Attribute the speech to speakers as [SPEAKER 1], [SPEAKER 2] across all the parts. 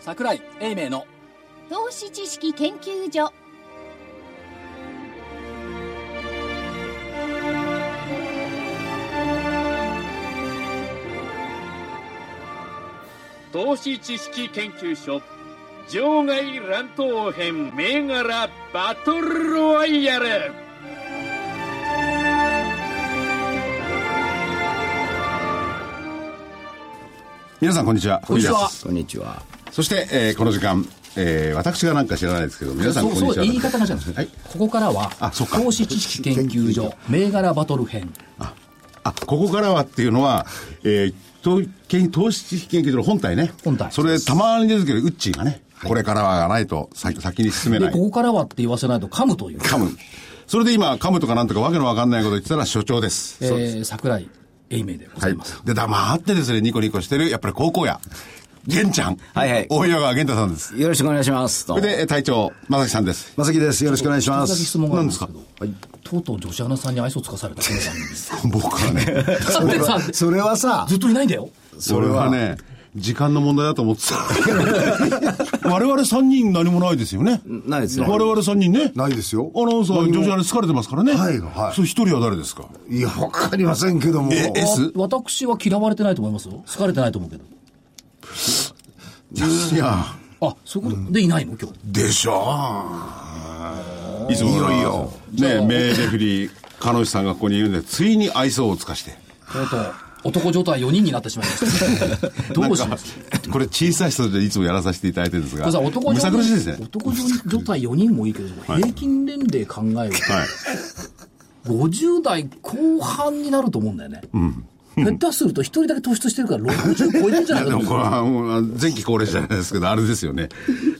[SPEAKER 1] 桜井英明の
[SPEAKER 2] 投資知識研究所
[SPEAKER 3] 投資知識研究所場外乱闘編銘柄バトルロワイヤル
[SPEAKER 4] 皆さんこんにちは
[SPEAKER 1] こんにちは
[SPEAKER 4] 藤田です
[SPEAKER 5] こんにちは。
[SPEAKER 4] そして、えーこの時間、えー私がなんか知らないですけど皆さん
[SPEAKER 1] そ
[SPEAKER 4] こ
[SPEAKER 1] うん
[SPEAKER 4] にち
[SPEAKER 1] そう
[SPEAKER 4] は
[SPEAKER 1] 言い方がじゃない、
[SPEAKER 4] はい
[SPEAKER 1] ここからは
[SPEAKER 4] あそっか
[SPEAKER 1] 投資知識研究所銘柄バトル編
[SPEAKER 4] あここからはっていうのは、えー投研投資知識研究所の本体ね
[SPEAKER 1] 本体
[SPEAKER 4] それたまに出てくるウッチーがね、これからはないと先先に進めな
[SPEAKER 1] で
[SPEAKER 4] い
[SPEAKER 1] ここからはって言わせないと噛むという
[SPEAKER 4] 噛むそれで今噛むとかなんとかわけのわかんないこと言ってたら所長です、
[SPEAKER 1] えー、桜井英明でございます、
[SPEAKER 4] で黙ってですねニコニコしてるやっぱり高校や玄ちゃん
[SPEAKER 5] はいはい
[SPEAKER 4] 大岩川玄太さんです
[SPEAKER 5] よろしくお願いします。ど
[SPEAKER 4] そうれ
[SPEAKER 5] も
[SPEAKER 4] でえー隊長正木さんです
[SPEAKER 5] まさきです。よろしくお願いし
[SPEAKER 1] ちょっ
[SPEAKER 5] ま
[SPEAKER 1] とだけ質
[SPEAKER 5] す。
[SPEAKER 1] 問があるんです
[SPEAKER 4] な
[SPEAKER 1] け
[SPEAKER 4] ん
[SPEAKER 1] ど、とうとう女子アナさんに愛想つかされたこの番組です。
[SPEAKER 4] 僕はね
[SPEAKER 1] だって さ、
[SPEAKER 5] それはさ、
[SPEAKER 1] ずっといないんだよ。
[SPEAKER 4] それはね、時間の問題だと思ってた。 我々3人何もないですよね。
[SPEAKER 5] ないですね
[SPEAKER 4] 我々3人ね。
[SPEAKER 6] ないですよ
[SPEAKER 4] アナウンサー、女子アナ疲れてますからね。
[SPEAKER 6] はいはい
[SPEAKER 4] そう、一人は誰ですか
[SPEAKER 6] いや、わかりませんけども。
[SPEAKER 4] え、S?
[SPEAKER 1] わ私は嫌われてないと思いますよ。好かれてないと思うけど。
[SPEAKER 4] いや、
[SPEAKER 1] あ、そういうこと、でいないの今日。
[SPEAKER 4] でしょう。いつものね、名レフェリー、彼女さんがここにいるんで、ついに愛想をつかして。
[SPEAKER 1] とうとう、男状態4人になってしまいました。どうし
[SPEAKER 4] なん
[SPEAKER 1] ま
[SPEAKER 4] か
[SPEAKER 1] す
[SPEAKER 4] これ小さい人でいつもやらさせていただいてるんですが、
[SPEAKER 1] これさ男
[SPEAKER 4] むさ苦しいですね。
[SPEAKER 1] 男状態4人もいいけれども、平均年齢考える
[SPEAKER 4] はい。
[SPEAKER 1] と、50代後半になると思うんだよね。下手すると1人だけ突出してるから60超えてんじゃない
[SPEAKER 4] いや
[SPEAKER 1] かと思
[SPEAKER 4] でも
[SPEAKER 1] う
[SPEAKER 4] これはもう前期高齢者じゃないですけど、あれですよね。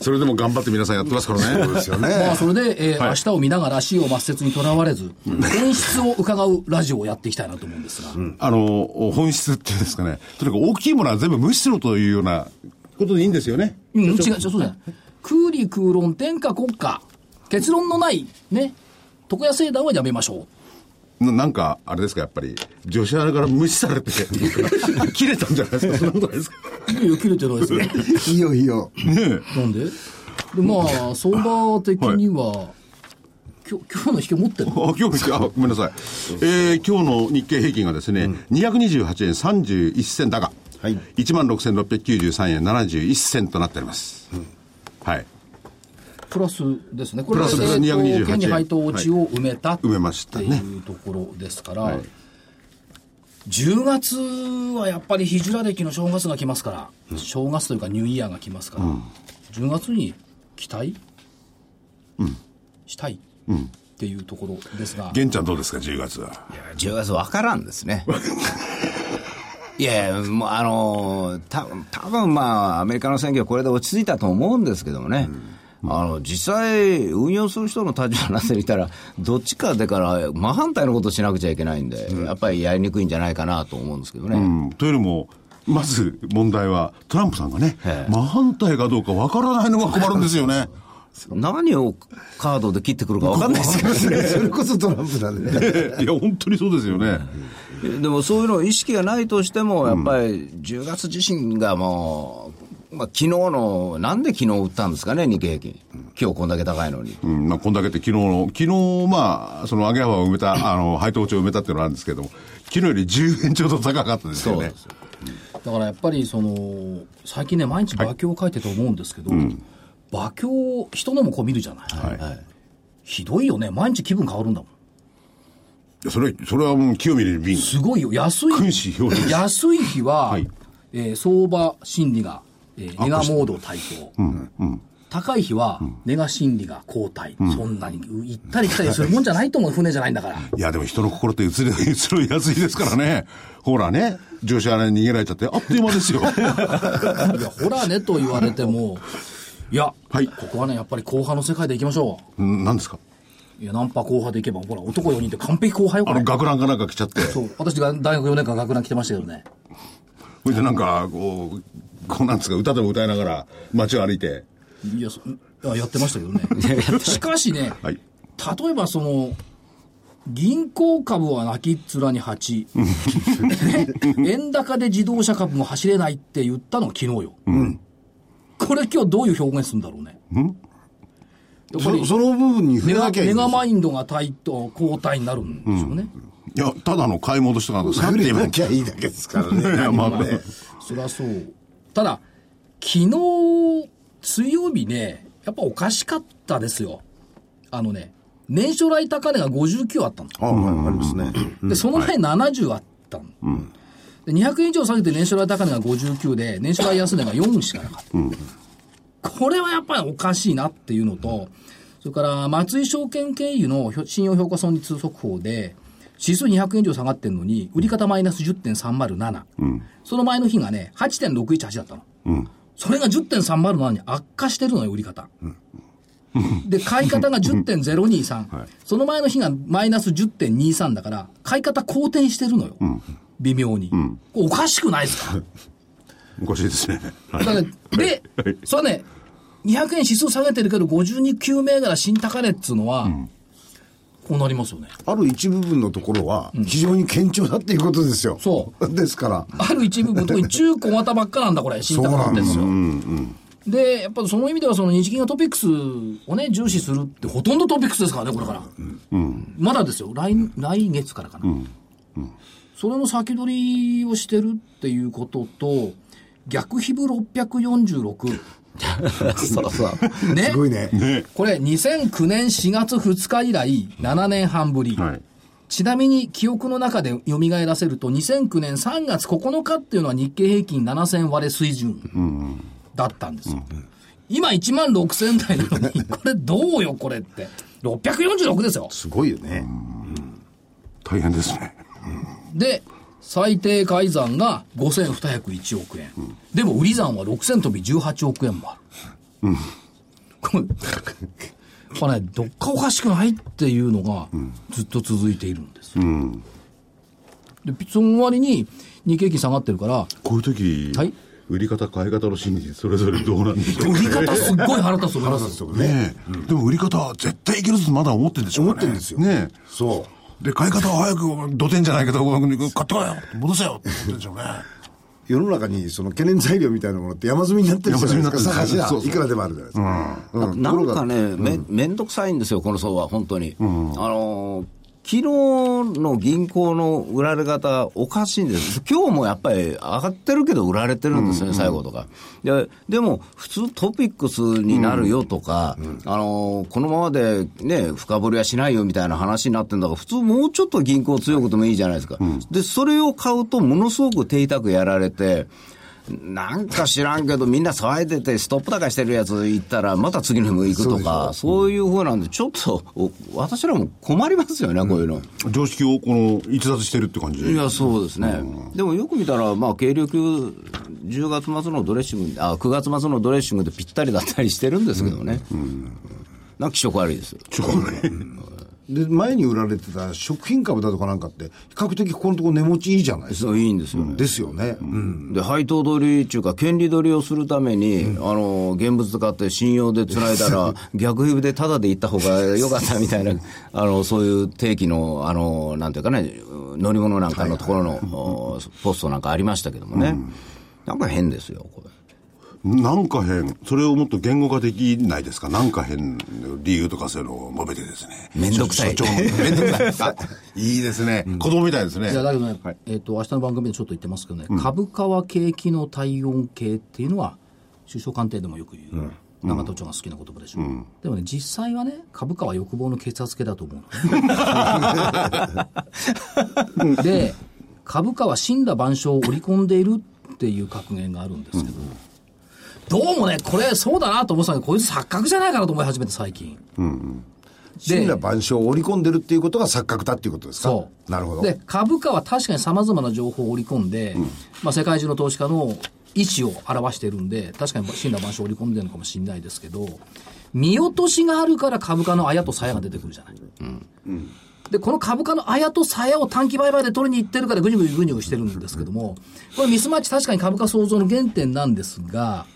[SPEAKER 4] それでも頑張って皆さんやってますからね。そうですよね。
[SPEAKER 1] まあ、それで、えー
[SPEAKER 4] はい
[SPEAKER 1] 明日を見ながら、死を抹殺にとらわれず、本質を伺うラジオをやっていきたいなと思うんですが、
[SPEAKER 4] あの、本質っていうんですかね。とにかく大きいものは全部無視しろというようなことでいいんですよね。
[SPEAKER 1] うん、違う、違う、そうじゃない。空理空論、天下国家、結論のない、ね、床屋聖団はやめましょう。
[SPEAKER 4] ななんか、あれですか、やっぱり、女子アナから無視されて、 切れたんじゃないですか、そんなことないですか。
[SPEAKER 1] いや、切れてないですよ。
[SPEAKER 6] いいよいいよ。
[SPEAKER 1] なんでで、まあ、相場的には、今日、今日の引け持ってる
[SPEAKER 4] あ今日のあ、ごめんなさい。えー、今日の日経平均がですね、228円31銭高。
[SPEAKER 6] はい
[SPEAKER 4] 16,693円71銭となっております。はい。
[SPEAKER 1] プラスですね。こ
[SPEAKER 4] プラスです
[SPEAKER 1] えーと
[SPEAKER 4] 228
[SPEAKER 1] 現に配当落ちを埋めた、
[SPEAKER 4] 埋めましたね
[SPEAKER 1] っていうところですから、10月はやっぱりヒジュラ歴の正月が来ますから、正月というかニューイヤーが来ますから、10月に期待、したい、っていうところですが、
[SPEAKER 4] 玄ちゃんどうですか、10月は。
[SPEAKER 5] 10月わからんですね。いやいや、もうあのー、た多分まあ、アメリカの選挙、これで落ち着いたと思うんですけどもね。あの実際、運用する人の立場になってみたら、どっちかでから真反対のことしなくちゃいけないんで、やっぱりやりにくいんじゃないかなと思うんですけどね、
[SPEAKER 4] うん、というよりも、まず問題は、トランプさんがね、真反対かどうかわからないのが困るんですよね。
[SPEAKER 5] 何をカードで切ってくるか分かんないですけどね
[SPEAKER 6] それこそトランプだね。
[SPEAKER 4] いや、本当にそうですよね。
[SPEAKER 5] でもそういうの意識がないとしても、やっぱり10月自身がもう、まあ昨日の、なんで昨日売ったんですかね、日経平均、今日こんだけ高いのに。
[SPEAKER 4] うん、まあ、こんだけって昨日の、昨日、まあ、その上げ幅を埋めた、あの、配当値を埋めたっていうのはあるんですけども、昨日より10円ちょっと高かったですよ
[SPEAKER 5] そう
[SPEAKER 4] ね
[SPEAKER 5] で。す
[SPEAKER 1] だからやっぱりその、最近ね、毎日馬鏡を書いてると思うんですけど、馬鏡を人のもこう見るじゃない。
[SPEAKER 4] はい
[SPEAKER 1] ひどいよね、毎日気分変わるんだもん。
[SPEAKER 4] いや。それ、それはもう清見に瓶。
[SPEAKER 1] すごいよ、安い。
[SPEAKER 4] 君子表裏
[SPEAKER 1] 安い日は、
[SPEAKER 4] はい
[SPEAKER 1] えー相場心理が、えーネガモード対抗。高い日は、ネガ心理が後退。そんなに行ったり来たりするもんじゃないと思う、船じゃないん だから。
[SPEAKER 4] いや、でも人の心って移り、移りやすいですからね。ほらね、女子アナに逃げられちゃって、あっという間ですよ。
[SPEAKER 1] いや、ほらねと言われても、いや、
[SPEAKER 4] はい
[SPEAKER 1] ここはね、やっぱり後派の世界で行きましょ
[SPEAKER 4] うん何ですか
[SPEAKER 1] う。いや、ナンパ後派で行けば、ほら、男4人って完璧後輩よ、
[SPEAKER 4] あ
[SPEAKER 1] これ
[SPEAKER 4] の、。学ランかなんか来ちゃって。
[SPEAKER 1] そう、私が大学4年間学ラン来てましたけどね。
[SPEAKER 4] それでなんか、こう、こうなんですか、歌でも歌いながら街を歩いて。
[SPEAKER 1] いや、そあやってましたけどね。しかしね、
[SPEAKER 4] はい
[SPEAKER 1] 例えばその、銀行株は泣きっ面に蜂。ね円高で自動車株も走れないって言ったのが昨日よ。これ今日どういう表現するんだろうね。やっぱり
[SPEAKER 6] そその部分に触
[SPEAKER 1] メ
[SPEAKER 6] れ
[SPEAKER 1] ガ
[SPEAKER 6] なきゃい
[SPEAKER 1] メ
[SPEAKER 6] いんで
[SPEAKER 1] ガ
[SPEAKER 6] す
[SPEAKER 1] マインドが対等、交代になるんでしょうね。
[SPEAKER 4] いや、ただの買い戻しとかなんかさっ
[SPEAKER 6] 触
[SPEAKER 4] て
[SPEAKER 6] れ
[SPEAKER 4] 今
[SPEAKER 6] なきゃいいだけですからね。
[SPEAKER 4] いやまあね
[SPEAKER 1] そりゃそう。ただ、昨日、水曜日ね、やっぱおかしかったですよ。あのね、年初来高値が59あったの。
[SPEAKER 6] ああ、はい、ありますね。
[SPEAKER 1] で、その前70あったの。で、200円以上下げて年初来高値が59で、年初来安値が4しかなかった。これはやっぱりおかしいなっていうのと、それから松井証券経由のひょ信用評価損率速報で、指数200円以上下がってるのに、売り方マイナス10.307、その前の日がね、8.618だったの。それが10.307に悪化してるのよ、売り方。で、買い方が10.023、その前の日がマイナス10.23だから、買い方好転してるのよ、微妙に。これおかしくないですか
[SPEAKER 4] おかしいですね。はい
[SPEAKER 1] だからで、それはね、200円指数下げてるけど、52級銘柄新高値っつうのは、こうなりますよね。
[SPEAKER 6] ある一部分のところは、非常に堅調だっていうことですよ。。
[SPEAKER 1] そう
[SPEAKER 6] ですから。
[SPEAKER 1] ある一部分、特に中小型ばっかなんだ、これ、新高値ってんですよ。で、やっぱりその意味では、その日銀がトピックスをね、重視するって、ほとんどトピックスですからね、これから。まだですよ、来来月からかな、それの先取りをしてるっていうことと、逆比部646。
[SPEAKER 6] そうそう。
[SPEAKER 1] ね
[SPEAKER 6] すごいね。
[SPEAKER 1] これ2009年4月2日以来7年半ぶり、
[SPEAKER 4] はい
[SPEAKER 1] ちなみに記憶の中で蘇らせると2009年3月9日っていうのは日経平均7000割れ水準だったんですよ、今1万6000台なのにこれどうよこれって646ですよ
[SPEAKER 6] すごいよね。
[SPEAKER 4] 大変ですね。
[SPEAKER 1] で最低改ざんが5201億円、でも売り算は6000飛び18億円もある、これこれねどっかおかしくないっていうのがずっと続いているんですよ、でその割に日経平均下がってるから
[SPEAKER 4] こういう時、
[SPEAKER 1] はい
[SPEAKER 4] 売り方、買い方の心理、それぞれどうなんでしょう
[SPEAKER 1] 売り方すっごい腹立つと思います
[SPEAKER 6] そうね。
[SPEAKER 4] ねえ、でも売り方は絶対いけるとまだ思ってるんでしょうね。
[SPEAKER 6] 思ってるんですよ
[SPEAKER 4] ね
[SPEAKER 6] そ
[SPEAKER 4] え。で、買い方は早く、土天じゃないけど、買ってこいよ戻せよって言ってるんでしょうね。
[SPEAKER 6] う。世の中にその懸念材料みたいなものって山積みになってるじゃないですか。
[SPEAKER 4] 山
[SPEAKER 6] 探
[SPEAKER 4] 積みに
[SPEAKER 6] し
[SPEAKER 4] なってる
[SPEAKER 6] いくらでもあるじゃないですか。う
[SPEAKER 5] ななんかね、めめんどくさいんですよ、この相場、本当に。あのー昨日の銀行の売られ方、おかしいんです、今日もやっぱり上がってるけど、売られてるんですよね、最後とか。ででも、普通、トピックスになるよとか、あのーこのままで、ね、深掘りはしないよみたいな話になってるんだから、普通、もうちょっと銀行強くてもいいじゃないですか、でそれを買うと、ものすごく手痛くやられて。なんか知らんけど、みんな騒いでて、ストップ高してるやつ行ったら、また次の日も行くとか、そういうふうなんで、ちょっと、お私らも困りますよね、こういうの。
[SPEAKER 4] 常識をこの、逸脱してるって感じ
[SPEAKER 5] い
[SPEAKER 4] で。
[SPEAKER 5] や、そうですね。でもよく見たら、まあ、軽量級、10月末のドレッシング、あ、9月末のドレッシングでぴったりだったりしてるんですけどね。なんか気色悪いです。
[SPEAKER 4] ちょっとね
[SPEAKER 6] で、前に売られてた食品株だとかなんかって、比較的ここのところ値持ちいいじゃないですか。
[SPEAKER 5] そういいんですよね。
[SPEAKER 6] ですよね。うん。
[SPEAKER 5] で配当取りっていうか、権利取りをするために、あの現物買って信用でつないだ ら、逆指でタダで行った方が良かったみたいな、あのそういう定期のあの、なんていうかね、乗り物なんかのところの、おポストなんかありましたけどもね、なんか変ですよ、これ。
[SPEAKER 4] なんか変。それをもっと言語化できないですかなんか変の理由とかそういうのを述べてですね。
[SPEAKER 5] めんどくさい
[SPEAKER 4] 所 長めんどくさい。あいいですね。子供みたいですね
[SPEAKER 1] い。やだけどね、えっ、と明日の番組でちょっと言ってますけどね、株価は景気の体温計っていうのは首相官邸でもよく言う、永田町が好きな言葉でしょ、でもね実際はね株価は欲望の血圧計だと思うので株価は死んだ万象を織り込んでいるっていう格言があるんですけど、どうもねこれそうだなと思ってたけどこいつ錯覚じゃないかなと思い始めて最近、
[SPEAKER 6] 神羅万象を織り込んでるっていうことが錯覚だっていうことですか。
[SPEAKER 1] そう。
[SPEAKER 6] なるほど。
[SPEAKER 1] で、株価は確かに様々な情報を織り込んで、まあ世界中の投資家の位置を表してるんで、確かに死んだ場所を織り込んでるのかもしれないですけど、見落としがあるから株価のあやとさやが出てくるじゃない。で、この株価のあやとさやを短期売買で取りに行ってるからぐにゅぐにゅぐにゅしてるんですけども、これミスマッチ確かに株価創造の原点なんですが、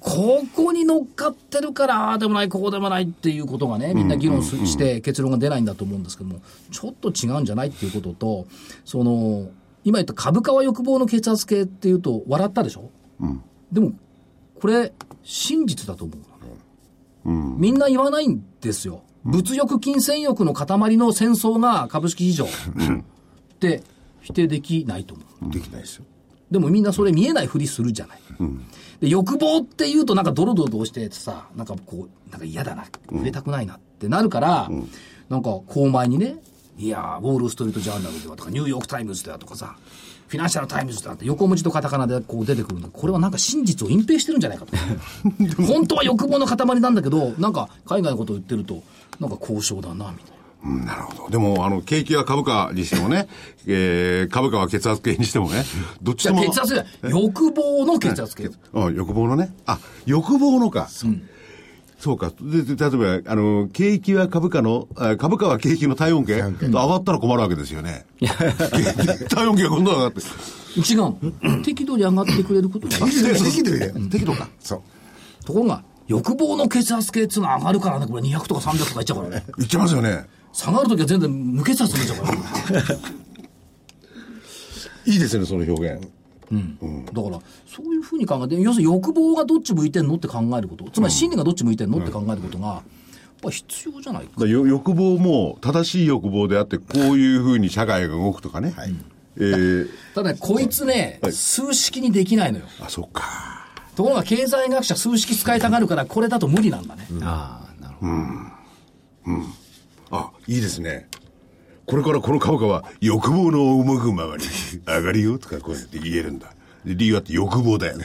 [SPEAKER 1] ここに乗っかってるから、ああでもない、ここでもないっていうことがね、みんな議論すして結論が出ないんだと思うんですけども、ちょっと違うんじゃないっていうことと、その、今言った株価は欲望の血圧計っていうと、笑ったでしょでも、これ、真実だと思うのね。みんな言わないんですよ。物欲、金銭欲の塊の戦争が株式市場って否定できないと思う。
[SPEAKER 6] できないですよ。
[SPEAKER 1] でもみんなそれ見えないふりするじゃない。で欲望って言うとなんかドロドロとしてさ、なんかこう、なんか嫌だな、触れたくないなってなるから、なんか公前にね、いやー、ウォール・ストリート・ジャーナルではとか、ニューヨーク・タイムズではとかさ、フィナンシャル・タイムズだって横文字とカタカナでこう出てくるんだけどこれはなんか真実を隠蔽してるんじゃないか と。本当は欲望の塊なんだけど、なんか海外のことを言ってると、なんか交渉だな、みたいな。
[SPEAKER 4] うんなるほど。でも、あの、景気は株価にしてもね、 えー、株価は血圧計にしてもね、どっち
[SPEAKER 1] じゃ
[SPEAKER 4] とも。
[SPEAKER 1] 血圧計欲望の血圧計。
[SPEAKER 4] うん、欲望のね。あ、欲望のか。そうか。で、で例えば、あの、景気は株価の、あ株価は景気の体温計と上がったら困るわけですよね。 体温計が今度は上がって。
[SPEAKER 1] 違うの。適度に上がってくれることが
[SPEAKER 6] 適度適度よ適度か。そう。
[SPEAKER 1] ところが、欲望の血圧計っていうのは上がるからね、これ200とか300とかいっちゃうからね。
[SPEAKER 4] いっちゃいますよね。
[SPEAKER 1] 下がるときは全然無血圧になっちゃうからね。
[SPEAKER 4] いいですよね、その表現。
[SPEAKER 1] だから、そういうふうに考えて、要するに欲望がどっち向いてんのって考えること、つまり心理がどっち向いてんのって考えることが、やっぱ必要じゃないか。
[SPEAKER 4] だからよ欲望も正しい欲望であって、こういうふうに社会が動くとかね。えー、
[SPEAKER 1] ただね、こいつね、数式にできないのよ。
[SPEAKER 4] あ、そっか。
[SPEAKER 1] ところが経済学者数式使いたがるから、これだと無理なんだね。
[SPEAKER 5] ああ、なるほ
[SPEAKER 4] あ、いいですね。これからこの株価は欲望の赴くま まに上がるよとかこうやって言えるんだ。で理由はって欲 望だよね。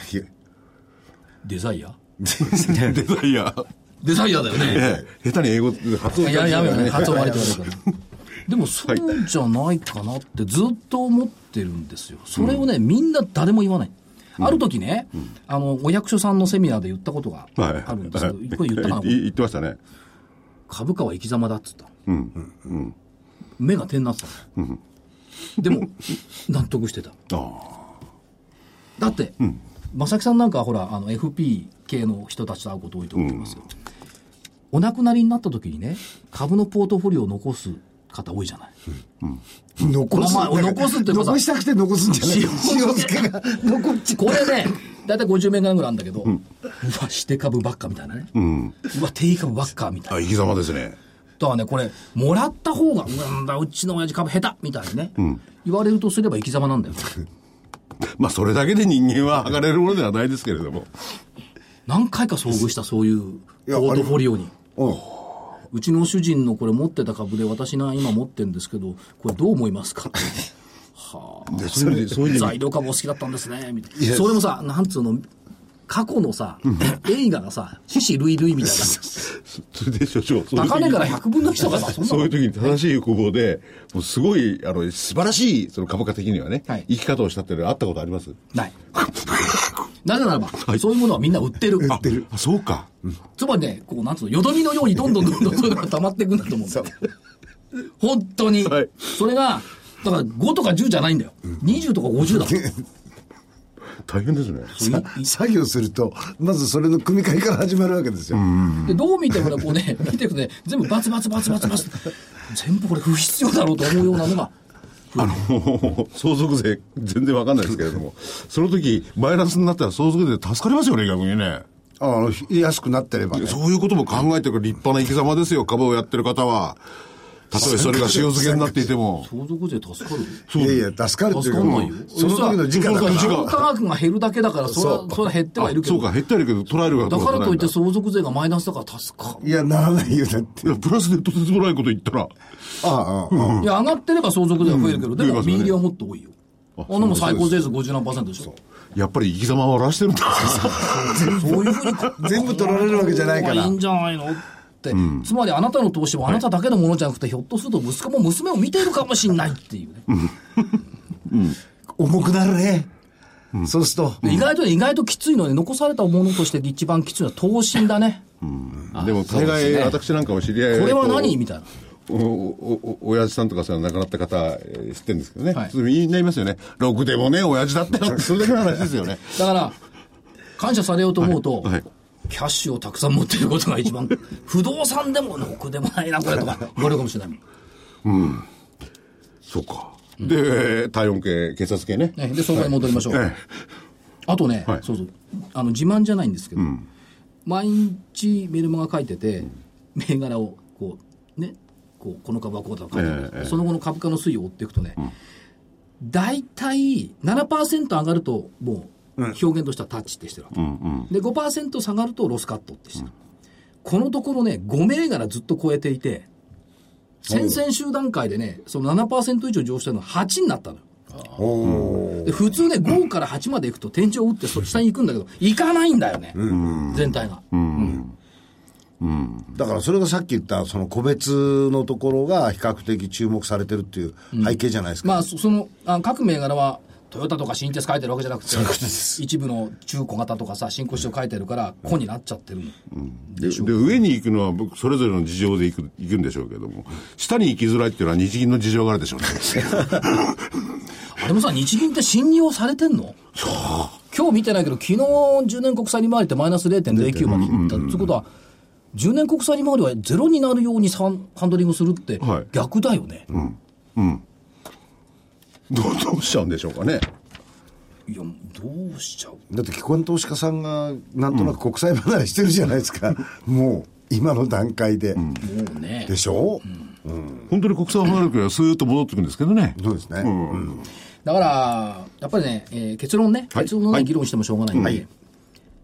[SPEAKER 1] デザイア
[SPEAKER 4] デザ イア。
[SPEAKER 1] デザイアだよね。
[SPEAKER 4] ええ下手に英語発音
[SPEAKER 1] いや、やめようね。発音
[SPEAKER 4] あ
[SPEAKER 1] 悪いと言われるから。 でも、そうじゃないかなってずっと思ってるんですよ。それをね、みんな誰も言わない。ある時ね、あの、お役所さんのセミナーで言ったことがあるんですけど、これ言ったかな
[SPEAKER 4] 言ってましたね。
[SPEAKER 1] 株価は生き様だっつったの。目が点になってたの。でも、 納得してた。
[SPEAKER 4] あ
[SPEAKER 1] だって、正木さんなんかはほら、あの、FP 系の人たちと会うこと多いと思いますよ。お亡くなりになった時にね、株のポートフォリオを残す方多いじゃない。
[SPEAKER 6] 残す。
[SPEAKER 1] まあ残すってことは
[SPEAKER 6] 残したくて残すんじゃない
[SPEAKER 1] 塩漬け
[SPEAKER 6] 塩が残っちゃう
[SPEAKER 1] これ ね、大体50銘柄ぐらいあるんだけど、うわ、して株ばっかみたいなね。うわ、定位株ばっかみたい
[SPEAKER 4] あ。
[SPEAKER 1] な。
[SPEAKER 4] あ、生き様ですね。
[SPEAKER 1] だからね、これ、もらった方が、うんだ、うちの親父株下手みたいにね、言われるとすれば生き様 なんだよ。
[SPEAKER 4] まあ、それだけで人間は測れるものではないですけれども。
[SPEAKER 1] 何回か遭遇した、そういうポ
[SPEAKER 6] や
[SPEAKER 1] ートフォリオに。
[SPEAKER 6] うん。
[SPEAKER 1] うちの主人のこれ持ってた株で、私が今持ってるんですけど、これどう思います かって。はあ、
[SPEAKER 4] そういうそういう
[SPEAKER 1] 材料株お好きだったんですね、みたいな。それもさ、なんつうの、過去のさ、 映画がさ、死死類類みたいな。
[SPEAKER 4] それで所長、 そういう時
[SPEAKER 1] 高値
[SPEAKER 4] に
[SPEAKER 1] から100分の1とかさ、そんな
[SPEAKER 4] そう
[SPEAKER 1] の
[SPEAKER 4] いう時に正しい欲望で、もうすごい、あの、素晴らしい、その株価的にはね、
[SPEAKER 1] はい
[SPEAKER 4] 生き方をしたっていうのはあったことあります
[SPEAKER 1] ない。 なぜならば、そういうものはみんな売ってる。
[SPEAKER 4] ああ、そうか。
[SPEAKER 1] つまりね、こう、なんつうの、よどみのようにどんどんどんどんそういうのが溜まっていくんだと思うんだよ。本当に。
[SPEAKER 4] はい
[SPEAKER 1] それが、だから5とか10じゃないんだよ。20とか50だもん。
[SPEAKER 4] 大変ですね。
[SPEAKER 1] そうい
[SPEAKER 6] 作業すると、まずそれの組み替えから始まるわけですよ。
[SPEAKER 1] でどう見てもね、こうね、見ていくとね、全部バツバツバツバツバツ。全部これ不必要だろうと思うようなのが、
[SPEAKER 4] あの、相続税、全然わかんないですけれども、その時、マイナスになったら相続税助かりますよね、逆にね。
[SPEAKER 6] ああ、ひ安くなってれば、ね。
[SPEAKER 4] そういうことも考えてくる立派な生き様ですよ、株をやってる方は。たとえそれが塩漬けになっていても。
[SPEAKER 1] 相続税助かる
[SPEAKER 6] いやいや、助かるって
[SPEAKER 1] 助
[SPEAKER 6] いうか、
[SPEAKER 1] かん
[SPEAKER 6] も
[SPEAKER 1] ないうよ、
[SPEAKER 6] その時の時間だか
[SPEAKER 1] だ
[SPEAKER 6] ら。
[SPEAKER 1] から、価格が減るだけだから、それは、それは減ってはいるけ
[SPEAKER 4] そう
[SPEAKER 1] ど。
[SPEAKER 4] か、減ってはいるけど、捉える
[SPEAKER 1] だからといって
[SPEAKER 4] そ
[SPEAKER 1] 相続税がマイナスだから助かる。
[SPEAKER 6] いや、ならないよ、だって。
[SPEAKER 4] プラスでとてつもないこと言ったら、
[SPEAKER 6] ああ、ああ、ああ
[SPEAKER 1] いや、上がってれば相続税は増えるけど、で
[SPEAKER 4] 増えま
[SPEAKER 1] も、
[SPEAKER 4] すよね
[SPEAKER 1] 右利はもっと多いよ。あのもう最高税率50何パーセントでしょ。
[SPEAKER 4] やっぱり生き様を荒らしてるんだ。
[SPEAKER 1] そういうふうに。
[SPEAKER 6] 全部取られるわけじゃないから
[SPEAKER 1] いいんじゃないのって。つまり、あなたの投資はあなただけのものじゃなくて、ひょっとすると息子も娘も見ているかもしれないっていうね。
[SPEAKER 6] 重くなるね。そうすると。
[SPEAKER 1] で意外とね、意外ときついので、残されたものとして一番きついのは投信だね。
[SPEAKER 4] でも、大
[SPEAKER 5] そう
[SPEAKER 4] 概、
[SPEAKER 5] ですね
[SPEAKER 4] 私なんかも知り合いが
[SPEAKER 1] これは何
[SPEAKER 4] こう
[SPEAKER 1] みたいな。
[SPEAKER 4] お、お、お、親父さんとかさ、亡くなった方、えー知ってるんですけどね。
[SPEAKER 1] はい
[SPEAKER 4] それみんな言いますよね。ろくでもね、親父だったよって、それだけの話ですよ ね。
[SPEAKER 1] だから、感謝されようと思うと、
[SPEAKER 4] はいはい
[SPEAKER 1] キャッシュをたくさん持っていることが一番、不動産でも、ろくでもないな、これと か、言われるかもしれないもん。
[SPEAKER 4] そうか。で、体温計、血圧計ね。
[SPEAKER 1] ね、で、そこに戻りましょう。
[SPEAKER 4] ええ
[SPEAKER 1] あとね、
[SPEAKER 4] はい
[SPEAKER 1] そうそう、あの自慢じゃないんですけど、毎日メルマが書いてて、銘柄をこう、ね、こうこの株はこうだとか書いてあるんですけど、
[SPEAKER 4] ええ
[SPEAKER 1] その後の株価の推移を追っていくとね、大体7%上がると、もう表現としてはタッチってしてるわけ、で5%下がるとロスカットってしてる、このところね、5銘柄ずっと超えていて、先々週段階でね、その7%以上上昇したのが8になったのよ。で普通ね、5から8まで行くと天井を打ってそ下に行くんだけど、行かないんだよね、全体が。
[SPEAKER 6] だからそれがさっき言った、その個別のところが比較的注目されてるっていう背景じゃないですか。
[SPEAKER 1] まあ、そそのあ各銘柄は、トヨタとか新鉄書いてるわけじゃなくて、一部の中小型とかさ、新興市場書いてるから、個になっちゃってるの。
[SPEAKER 4] でで上に行くのは僕それぞれの事情で行く行くんでしょうけども下に行きづらいっていうのは日銀の事情があるでしょうね
[SPEAKER 1] あれもさ、日銀って信用されてんの今日見てないけど、昨日10年国債利回りってマイナス0.09までいった。ということは、10年国債利回りはゼロになるようにさんハンドリングするって
[SPEAKER 4] はい
[SPEAKER 1] 逆だよね。
[SPEAKER 4] どうどうしちゃうんでしょうかね
[SPEAKER 1] いや、どうしちゃう
[SPEAKER 6] だって既婚投資家さんがなんとなく国債離れしてるじゃないですか。もう今の段階で。
[SPEAKER 1] もうね。
[SPEAKER 6] でしょ、
[SPEAKER 4] 本当に国債を離れるけどスーッと戻ってくるんですけどね
[SPEAKER 6] そうですね。うん
[SPEAKER 1] だから、やっぱりね、えー結論ね、
[SPEAKER 4] はい
[SPEAKER 1] 結論のね、
[SPEAKER 4] はい
[SPEAKER 1] 議論してもしょうがないんで、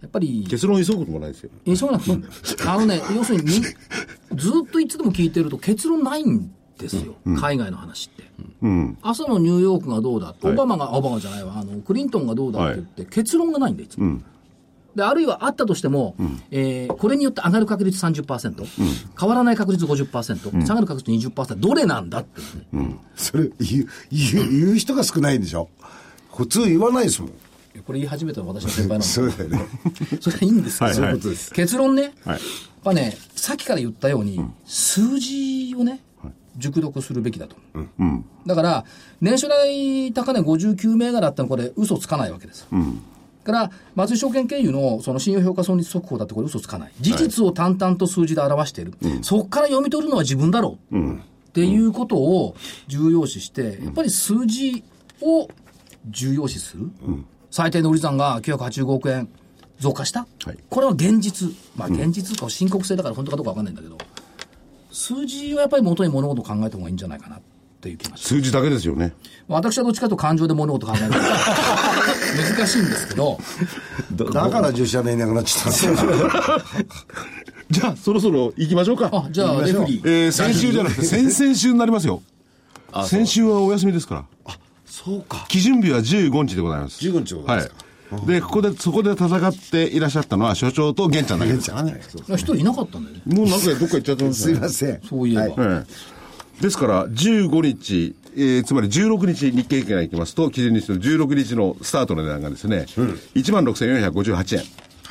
[SPEAKER 1] やっぱり、
[SPEAKER 4] 結論を急ぐこともないですよ
[SPEAKER 1] えそうなんですよ。あのね、要するに み、ずっといつでも聞いてると結論ないんですよ、海外の話って。朝のニューヨークがどうだ、オバマが、オバマじゃないわ、あの、クリントンがどうだって言って、結論がないんで、いつも。で、あるいはあったとしても、えーこれによって上がる確率30%、変わらない確率50%、下がる確率20%、どれなんだっていうね、
[SPEAKER 6] それ言う、言う、言う人が少ないんでしょ普通言わないですもん。
[SPEAKER 1] これ言い始めたの私の先輩なんで
[SPEAKER 6] そうだよね。
[SPEAKER 1] それはいいんですけど、
[SPEAKER 4] はいはいそういうことで
[SPEAKER 1] 結論ね、や
[SPEAKER 4] はい
[SPEAKER 1] っぱね、さっきから言ったように、数字をね、熟読するべきだと思う。だから、年初来高値59銘柄ってのはこれ、嘘つかないわけです。から、松井証券経由のその信用評価損率速報だってこれ嘘つかない。事実を淡々と数字で表している。そこから読み取るのは自分だろう。っていうことを重要視して、やっぱり数字を重要視する。最低の売り算が985億円増加した。
[SPEAKER 4] はい
[SPEAKER 1] これは現実。まあ現実か深刻性だから本当かどうかわかんないんだけど、数字をやっぱり元に物事を考えた方がいいんじゃないかなっていう気がします。
[SPEAKER 4] 数字だけですよね
[SPEAKER 1] 私はどっちかというと感情で物事を考えるから 難しいんですけど、
[SPEAKER 6] だから女子アナいなくなっちゃった んですよ。
[SPEAKER 4] じゃあそろそろ行きましょうか
[SPEAKER 1] あ、じゃあレフリー。
[SPEAKER 4] えー先週じゃなく て先々週になりますよ先週はお休みですから
[SPEAKER 6] そうか。
[SPEAKER 4] 基準日は15日でございます
[SPEAKER 6] 15日でございますか
[SPEAKER 4] はいでここでそこで戦っていらっしゃったのは所長と玄ちゃんだけです
[SPEAKER 6] じゃあね。そう
[SPEAKER 1] 一人いなかったんだよね。
[SPEAKER 4] もうなんかどっか行っちゃってます
[SPEAKER 6] い
[SPEAKER 4] ね
[SPEAKER 6] ません。
[SPEAKER 1] そういえば。
[SPEAKER 6] はい
[SPEAKER 4] ええですから、15日、えーつまり16日、日経平均が行きますと、基準にして16日のスタートの値段がですね、16,458円。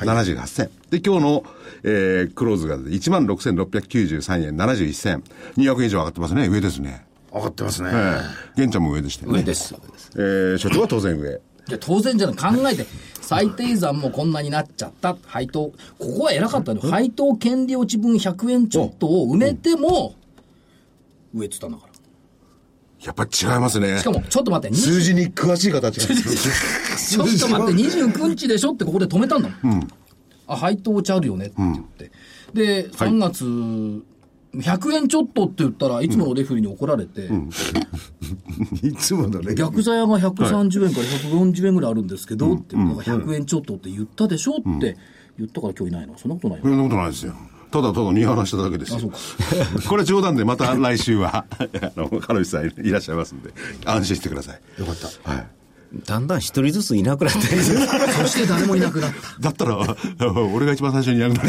[SPEAKER 4] 78銭。で、今日の、えークローズが16,693円71銭。200円以上上がってますね。上ですね。
[SPEAKER 6] 上がってますね。
[SPEAKER 4] ええ玄ちゃんも上でしたよね。
[SPEAKER 5] 上です。
[SPEAKER 4] えー所長は当然上。
[SPEAKER 1] いや、当然じゃない。考えて、最低算もこんなになっちゃった。配当、ここは偉かったのよ。配当権利落ち分100円ちょっとを埋めても、上っつったんだから。
[SPEAKER 4] やっぱり違いますね。
[SPEAKER 1] し かも、ちょっと待って、
[SPEAKER 4] 数字に詳しい方違います。
[SPEAKER 1] ちょっと待って、29日でしょってここで止めたんだもん。あ、配当落ちあるよねって言って。で、3月、100円ちょっとって言ったらいつものレフェリーに怒られて、
[SPEAKER 6] いつものね。
[SPEAKER 1] 逆座屋が130円から140円ぐらいあるんですけど、って、なんか100円ちょっとって言ったでしょって言ったから今日いないの。そんなことないよ
[SPEAKER 4] そ。んなことないですよ。ただただ見放しただけですよ。 これ冗談でまた来週は、 あの、カルさんいらっしゃいますんで、安心してください。
[SPEAKER 6] よかった。
[SPEAKER 4] はい。
[SPEAKER 7] だんだん一人ずついなくなってる
[SPEAKER 1] そして誰もいなくなった。
[SPEAKER 4] だったら、 俺が一番最初にやるな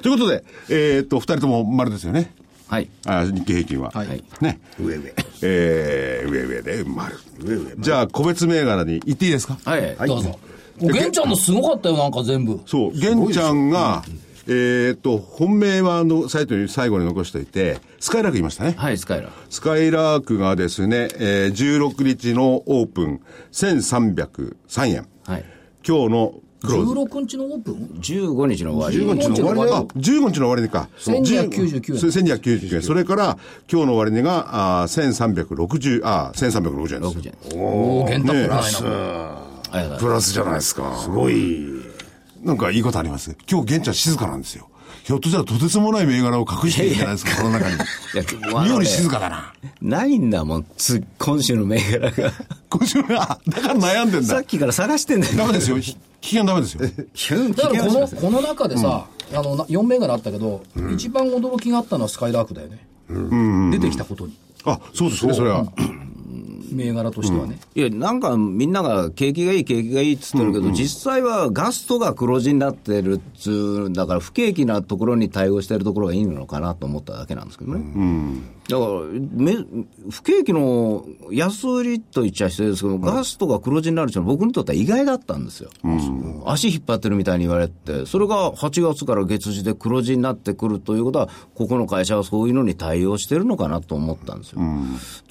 [SPEAKER 4] ということで、えーっと、二人とも丸ですよね。
[SPEAKER 5] はい。
[SPEAKER 4] あ日経平均は。
[SPEAKER 1] はい
[SPEAKER 4] ね。
[SPEAKER 6] 上上。
[SPEAKER 4] えー、上上で丸。
[SPEAKER 6] 上上。
[SPEAKER 4] じゃあ、個別銘柄に行っていいですか
[SPEAKER 5] はい。
[SPEAKER 1] どうぞ。玄ちゃんのすごかったよ、なんか全部。
[SPEAKER 4] そう、玄ちゃんが、えーっと、本命はあのサイトに最後に残しておいて、スカイラーク言いましたね。
[SPEAKER 5] はい、スカイラ。
[SPEAKER 4] スカイラークがですね、えー16日のオープン、1303円。
[SPEAKER 5] はい。
[SPEAKER 4] 今日のクローズ。
[SPEAKER 1] 16日のオープン
[SPEAKER 5] 15日の終わ
[SPEAKER 6] 15
[SPEAKER 5] り。
[SPEAKER 6] 日の終わりだ
[SPEAKER 4] あ
[SPEAKER 6] よ。、
[SPEAKER 4] 15日の終値か。
[SPEAKER 1] 1299円
[SPEAKER 4] そう1299円。それから、今日の終値が、あー1360、あー、1360円です。
[SPEAKER 5] 6時。
[SPEAKER 1] おお、玄太っぽくないな。
[SPEAKER 5] はい
[SPEAKER 8] プラスじゃないですか。
[SPEAKER 4] すごい。なんかいいことあります今日、玄ちゃん静かなんですよ。ひょっとしたらとてつもない銘柄を隠してるんじゃないですか、この中に。
[SPEAKER 5] いや
[SPEAKER 4] 妙に静かだな。
[SPEAKER 5] ないんだもん、つ今週の銘柄が。
[SPEAKER 4] 今週は、だから悩んでん
[SPEAKER 5] さ
[SPEAKER 4] だ
[SPEAKER 5] っ。きから探してんだよ。
[SPEAKER 4] ダメですよ。ひ危険ダメですよ。
[SPEAKER 1] だからこの、この中でさ、あの、な4銘柄あったけど、一番驚きがあったのはスカイラークだよね。出てきたことに。
[SPEAKER 4] あ、そうですね、それは。
[SPEAKER 1] 銘柄としてはね。
[SPEAKER 5] いや、なんかみんなが景気がいい、景気がいいっつってるけど、実際はガストが黒字になってるっつう、だから不景気なところに対応してるところがいいのかなと思っただけなんですけどね。だからめ、不景気の安売りと言っちゃ失礼ですけど、ガストが黒字になるっていうのは僕にとっては意外だったんですよ。足引っ張ってるみたいに言われて、それが8月から月次で黒字になってくるということは、ここの会社はそういうのに対応してるのかなと思ったんですよ。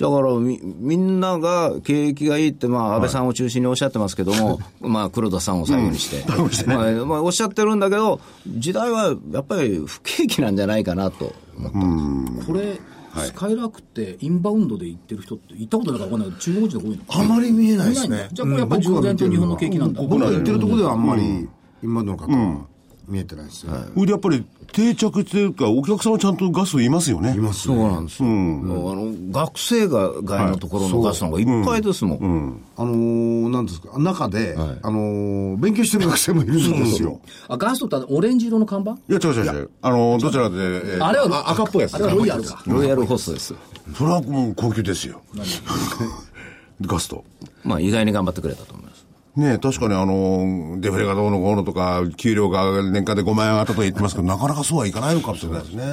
[SPEAKER 5] だからみ、みんなが景気がいいって、まあ、安倍さんを中心におっしゃってますけども、まあ、黒田さんを最後にして、まあまあ、おっしゃってるんだけど、時代はやっぱり不景気なんじゃないかなと思ったんです。
[SPEAKER 1] これ、スカイラークってインバウンドで行ってる人って行ったことないから分かんないけど、中国人が多いの
[SPEAKER 6] あまり見えないです
[SPEAKER 1] 見ないんだ
[SPEAKER 6] ね。
[SPEAKER 1] じゃあこれやっぱり従前と日本の景気なんだ
[SPEAKER 6] うん僕ら言ってるとこではあんまり、今の方は見えてないですね。
[SPEAKER 4] それでやっぱり定着っていうか、お客さんはちゃんとガスいますよね。
[SPEAKER 5] そうなんですよ、もうあの学生が外のところのガスの方がいっぱいですもん、
[SPEAKER 6] あのー、なんですか、中で、あのー、勉強してる学生もいるんですよ。
[SPEAKER 1] あ、ガストってあのオレンジ色の看板
[SPEAKER 4] いや、違う違う違う。あの、どちらで、えー
[SPEAKER 1] あれは
[SPEAKER 4] あ赤っぽいやつ。
[SPEAKER 1] あれはロイヤルか。
[SPEAKER 5] ロイヤルホストです、
[SPEAKER 4] それはもう高級ですよ。 ガスト。
[SPEAKER 5] まあ、意外に頑張ってくれたと思います。
[SPEAKER 4] ねえ確かにあの、デフレがどうのこうのとか、給料が年間で5万円上がったと言ってますけど、なかなかそうはいかないのかもしれないですね。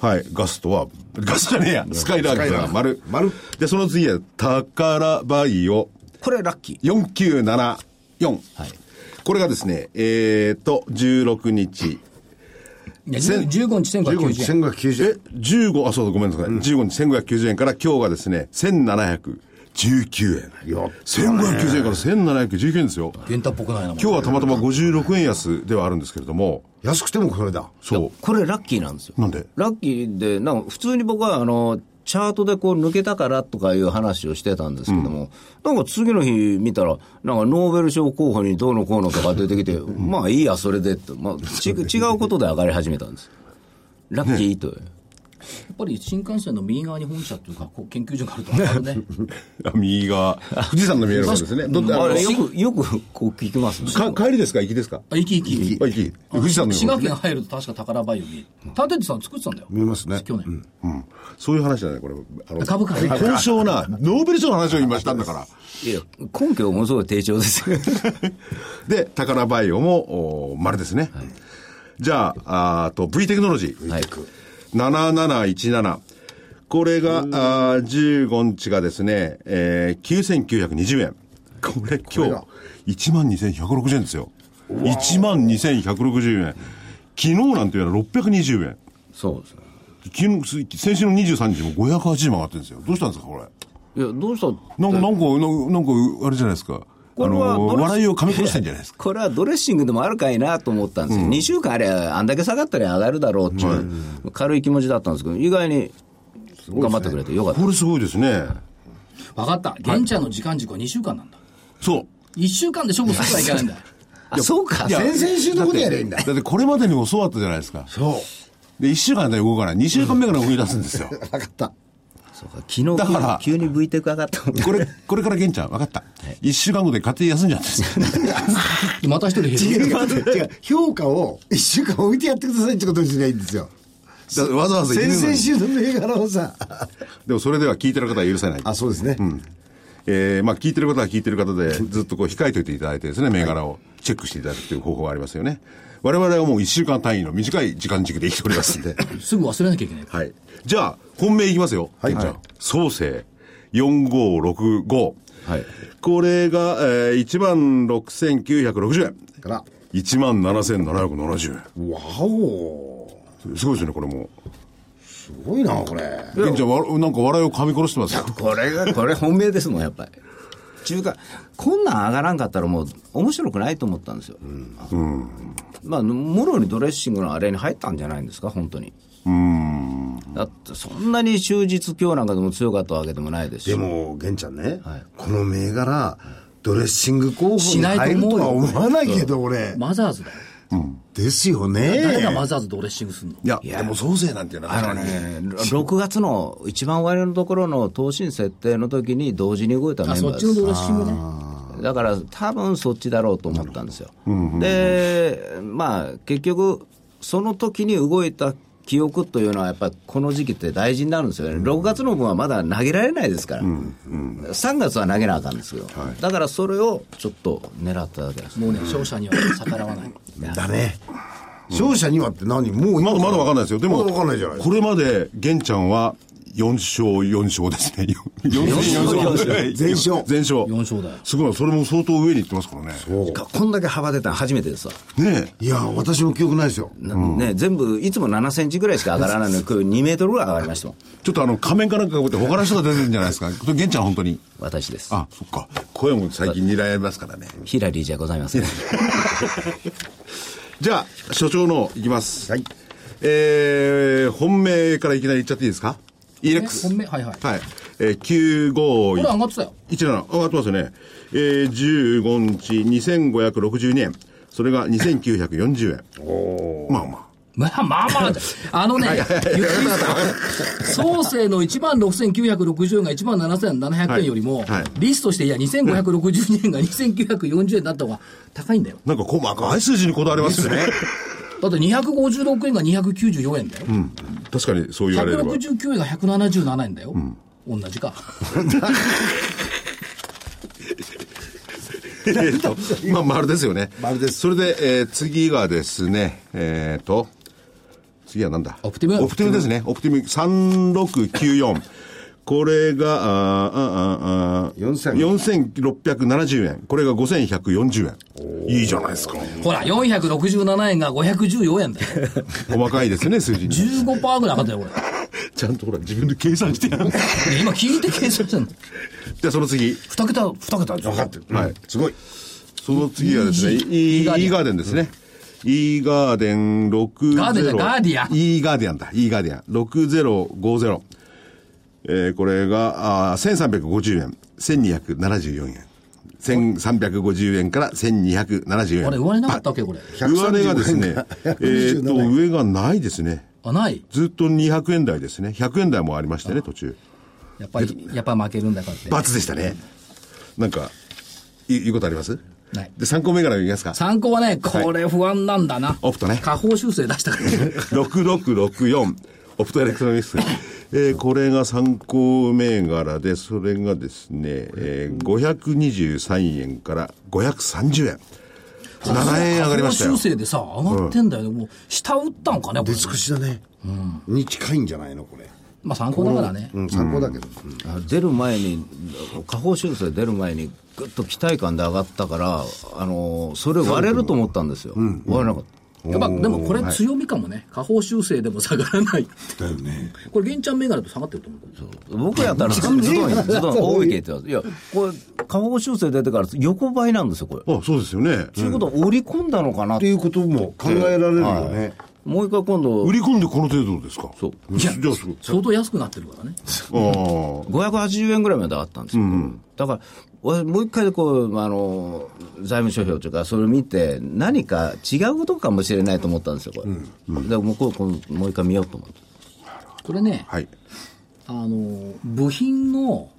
[SPEAKER 4] はい、ガストは、ガストじゃねえや、スカイラークが丸。丸。で、その次は、宝バイオ
[SPEAKER 5] これラッキー
[SPEAKER 4] 4974。
[SPEAKER 5] はい
[SPEAKER 4] これがですね、えーと、16日。
[SPEAKER 1] いや、15日1990円。
[SPEAKER 4] え、15、あ、そうだ、ごめんなさい。15日1590円から今日がですね、1719円。1590円から1719円ですよ。
[SPEAKER 1] 原太っぽくないな、もう
[SPEAKER 4] 今日はたまたま56円安ではあるんですけれども、
[SPEAKER 6] 安くてもそれだ。
[SPEAKER 4] そ
[SPEAKER 5] これラッキーなんですよ
[SPEAKER 4] う。なんで
[SPEAKER 5] ラッキーでなんか普通に僕はあのチャートでこう抜けたからとかいう話をしてたんですけども、なんか次の日見たら、なんかノーベル賞候補にどうのこうのとか出てきて、まあいいや、それでって、まあ、ち違うことで上がり始めたんです。ラッキーと。
[SPEAKER 1] やっぱり新幹線の右側に本社っていうか、こう研究所があると分かるね。
[SPEAKER 4] あ右側、富士山の見えるわけですね。どっち
[SPEAKER 5] あ
[SPEAKER 4] あ
[SPEAKER 5] れよ
[SPEAKER 4] の
[SPEAKER 5] く、よくこう聞きますね。
[SPEAKER 4] か帰りですか行きですか
[SPEAKER 1] あ、行き行き。
[SPEAKER 4] あ行き。富士山の見え
[SPEAKER 1] 滋
[SPEAKER 4] る
[SPEAKER 1] 賀
[SPEAKER 4] わけです
[SPEAKER 1] 県
[SPEAKER 4] ね
[SPEAKER 1] 入ると確か宝バイオ見える。立ててさん作ってたんだよ。
[SPEAKER 6] 見えますね。
[SPEAKER 1] 去年。
[SPEAKER 4] うん。そういう話じゃない、これ。あの
[SPEAKER 1] 株価ね
[SPEAKER 4] 高尚な、ノーベル賞の話を今したんだから。
[SPEAKER 5] いや、根拠をものすごい低調ですよ。
[SPEAKER 4] で、宝バイオも、お丸ですね。じゃあ、あーと、V テクノロジー。
[SPEAKER 5] はい
[SPEAKER 4] 7717。これが、あー15日がですね、えー、9920円。これ今日、12160円ですよ。12160円。昨日なんていうのは620円。
[SPEAKER 5] そうですね。
[SPEAKER 4] 昨日、先週の23日も580円上がってるんですよ。どうしたんですか、これ。
[SPEAKER 5] いや、どうした
[SPEAKER 4] なんか、なんか、なんか、あれじゃないですか。
[SPEAKER 5] こ
[SPEAKER 4] あ
[SPEAKER 5] れは
[SPEAKER 4] の、
[SPEAKER 5] どれ
[SPEAKER 4] 笑いを噛み殺してんじゃないですか。
[SPEAKER 5] これはドレッシングでもあるかいなと思ったんですよ、2週間あればあんだけ下がったら上がるだろうっていう、軽い気持ちだったんですけど、意外に頑張ってくれてよかった、
[SPEAKER 4] これすごいですね。
[SPEAKER 1] 分かった。玄ちゃんの時間軸は2週間なんだ。
[SPEAKER 4] そう。
[SPEAKER 1] 1週間で勝負すればいけないんだ。
[SPEAKER 5] あそうか、
[SPEAKER 6] 先々週のことやれんだ
[SPEAKER 4] だ。ってこれまでに教わったじゃないですか。
[SPEAKER 6] そう。
[SPEAKER 4] で、1週間で動かない。2週間目から動き出すんですよ。
[SPEAKER 6] 分かった。
[SPEAKER 5] そうか昨日急に
[SPEAKER 4] だから
[SPEAKER 5] 急に V テク上がったもんね
[SPEAKER 4] これ、これから玄ちゃん、分かった。1週間後で家庭休んじゃうんですよ。
[SPEAKER 1] また一人減る。
[SPEAKER 6] 違う、評価を一週間置いてやってくださいってことにしないいんですよ。
[SPEAKER 4] だわざわざ
[SPEAKER 6] 先
[SPEAKER 4] 言うの
[SPEAKER 6] 々
[SPEAKER 4] に。
[SPEAKER 6] 週の銘柄をさ。
[SPEAKER 4] でもそれでは聞いてる方は許せない。
[SPEAKER 6] あ、そうですね。
[SPEAKER 4] えー、まあ聞いてる方は聞いてる方で、ずっとこう控えておいていただいてですね、銘柄をチェックしていただくという方法がありますよね。我々はもう1週間単位の短い時間軸で生きておりますん で。
[SPEAKER 1] すぐ忘れなきゃいけ ない。
[SPEAKER 4] はい。じゃあ、本命いきますよ。はい。じゃあ、創生4565。
[SPEAKER 5] はい
[SPEAKER 4] これが、えー、1万6960円。
[SPEAKER 6] から、
[SPEAKER 4] 1万7770円。
[SPEAKER 6] わお
[SPEAKER 4] すごいですね、これも。
[SPEAKER 6] すごいな、これ。
[SPEAKER 4] 玄ちゃん、わなんか笑いを噛み殺してます よ。
[SPEAKER 5] これが、これ本命ですもん、やっぱり。中華、こんなん上がらんかったらもう面白くないと思ったんですよ。まあ、もろにドレッシングのあれに入ったんじゃないんですか、本当に。だって、そんなに終日今日なんかでも強かったわけでもないですし。
[SPEAKER 6] でも、玄ちゃんね、この銘柄、ドレッシング候補
[SPEAKER 1] し
[SPEAKER 6] に
[SPEAKER 1] ないと
[SPEAKER 6] 入る
[SPEAKER 1] 思う
[SPEAKER 6] とは
[SPEAKER 1] よ
[SPEAKER 6] 思わないけど、俺。
[SPEAKER 1] マザーズだよ。
[SPEAKER 6] ですよね。
[SPEAKER 1] 誰がマザーズドレッシングすんの
[SPEAKER 4] いや、でも増税なんていうのは
[SPEAKER 5] あのね、6月の一番終わりのところの答申設定の時に同時に動いたメ
[SPEAKER 1] あ、
[SPEAKER 5] ンバ
[SPEAKER 1] そ
[SPEAKER 5] ー
[SPEAKER 1] っ
[SPEAKER 5] で
[SPEAKER 1] ちの
[SPEAKER 5] す
[SPEAKER 1] ドレッシングね。
[SPEAKER 5] だから多分そっちだろうと思ったんですよ。で、まあ、結局、その時に動いた記憶というのは、やっぱりこの時期って大事になるんですよね、6月の分はまだ投げられないですから、3月は投げなあかんですけど、だからそれをちょっと狙っただけです。
[SPEAKER 1] もうね、勝者には逆らわない。
[SPEAKER 6] だね。勝者にはって何もう
[SPEAKER 4] まだまだわかんないですよ。でも、
[SPEAKER 6] まだわかんないじゃない
[SPEAKER 4] これまで、玄ちゃんは、4勝4勝ですね。4勝4勝。
[SPEAKER 6] 全勝
[SPEAKER 4] 全勝。
[SPEAKER 1] 4勝だよ。
[SPEAKER 4] すごい、それも相当上に行ってますからね。
[SPEAKER 5] こんだけ幅出たの初めてですわ、
[SPEAKER 4] ねえ。
[SPEAKER 6] いや、私も記憶ないですよ。
[SPEAKER 5] なね、全部、いつも7センチぐらいしか上がらないのに、今日2メートルぐらい上がりましたもん、
[SPEAKER 4] ちょっとあの、仮面かなんかかぶって、他の人が出てるんじゃないですか。これ玄ちゃん本当に。
[SPEAKER 5] 私です。
[SPEAKER 4] あ、そっか。声も最近にられますからね。
[SPEAKER 5] ヒラリーじゃございません。
[SPEAKER 4] じゃあ、所長の、いきます。はい。えー、本命からいきなりいっちゃっていいですか ?EX。
[SPEAKER 1] 本命はいはい
[SPEAKER 4] はい。えー、951。
[SPEAKER 1] これ上がってたよ。
[SPEAKER 4] 17上がってますよね、えー、15日2562円それが2940円まあま
[SPEAKER 1] まあまあまあ、あのね、ゆっくりさん、創生の1万6960円が1万7700円よりも、
[SPEAKER 4] はいはい
[SPEAKER 1] リストして、いや、2562円が2940円だった方が高いんだよ。
[SPEAKER 4] あなんか細かい数字にこだわりますね
[SPEAKER 1] だって256円が294円だよ。
[SPEAKER 4] 確かにそう言われれば
[SPEAKER 1] 169円が177円だよ。同じか。
[SPEAKER 4] えーとまあ丸ですよね
[SPEAKER 6] 丸です
[SPEAKER 4] それで、えー次がですねえっ、と次はなんだ
[SPEAKER 1] オプティム
[SPEAKER 4] オプティムですねオプティム3694これが、あーあー、あーあー、4670円。これが5140円。いいじゃないですか。
[SPEAKER 1] ほら、467円が514円だよ。
[SPEAKER 4] 細かいですね、数字に。
[SPEAKER 1] 15%ぐらい上がったよ、こ
[SPEAKER 4] ちゃんとほら、自分で計算してやる。 じ
[SPEAKER 1] れ。いや今聞いて計算してんの。
[SPEAKER 4] ゃあ、その次。
[SPEAKER 1] 2桁、2桁でしょ。
[SPEAKER 4] はい。すごい。その次はですね、イ
[SPEAKER 1] E-
[SPEAKER 4] ー E ガーデンですね。E ガーデン60。
[SPEAKER 1] ガーデンだガーディアン
[SPEAKER 4] E ガーディアンだ。E ガーディアン。6050。えー、これが、あー1350円。1274円。1350円から1270円。
[SPEAKER 1] あれ、上値なかったっけ、これ。
[SPEAKER 4] 上値がですね、えーっと、上がないですね。
[SPEAKER 1] あ、ない。
[SPEAKER 4] ずっと200円台ですね。100円台もありましたね、途中。
[SPEAKER 1] やっぱり、やっぱ負けるんだからって。
[SPEAKER 4] 罰でしたね。なんか、い言うことあります
[SPEAKER 1] ない
[SPEAKER 4] で、参考銘柄いきますか。
[SPEAKER 1] 参考はね、これ不安なんだな。
[SPEAKER 4] オプトね
[SPEAKER 1] 下方修正出したから。
[SPEAKER 4] 6664、オプトエレクトロニクス。えーこれが参考銘柄で、それがですね、えー、523円から530円。7円上がりました
[SPEAKER 1] 下
[SPEAKER 4] よ
[SPEAKER 1] 方修。正でさ、上がってんだよね。もう、下打ったのかね、これ
[SPEAKER 6] 出。尽くしだね。に近いんじゃないのこれ。
[SPEAKER 1] まあ参考だからね。
[SPEAKER 6] うん、参考だけど。
[SPEAKER 5] あ出る前に、下方修正出る前に、ぐっと期待感で上がったから、あのーそれ割れると思ったんですよ、割れなかった。
[SPEAKER 1] やっぱ、でもこれ強みかもね。下方修正でも下がらない。
[SPEAKER 6] だよね。
[SPEAKER 1] これ、銀ちゃん銘柄と下がってると思う。
[SPEAKER 5] 僕やったら、ずっと、 ずっと多いけって言われていや、これ、下方修正出てから横ばいなんですよ、これ。
[SPEAKER 4] あ、そうですよね。
[SPEAKER 5] ということは、織り込んだのかな
[SPEAKER 6] っていうことも考えられるよね。
[SPEAKER 5] もう一回今度
[SPEAKER 4] 売、り込んでこの程度ですか。
[SPEAKER 5] そう
[SPEAKER 4] じゃあ、すごい。
[SPEAKER 1] 相当安くなってるからね。
[SPEAKER 4] ああ。
[SPEAKER 5] 580円ぐらいまで上がったんですよ、だから、俺もう一回こうあの財務諸表というか、それを見て、何か違うことかもしれないと思ったんですよ、これ。だからもうこうこうもう一回見ようと思って。
[SPEAKER 1] これね、
[SPEAKER 4] はい。
[SPEAKER 1] あの、部品の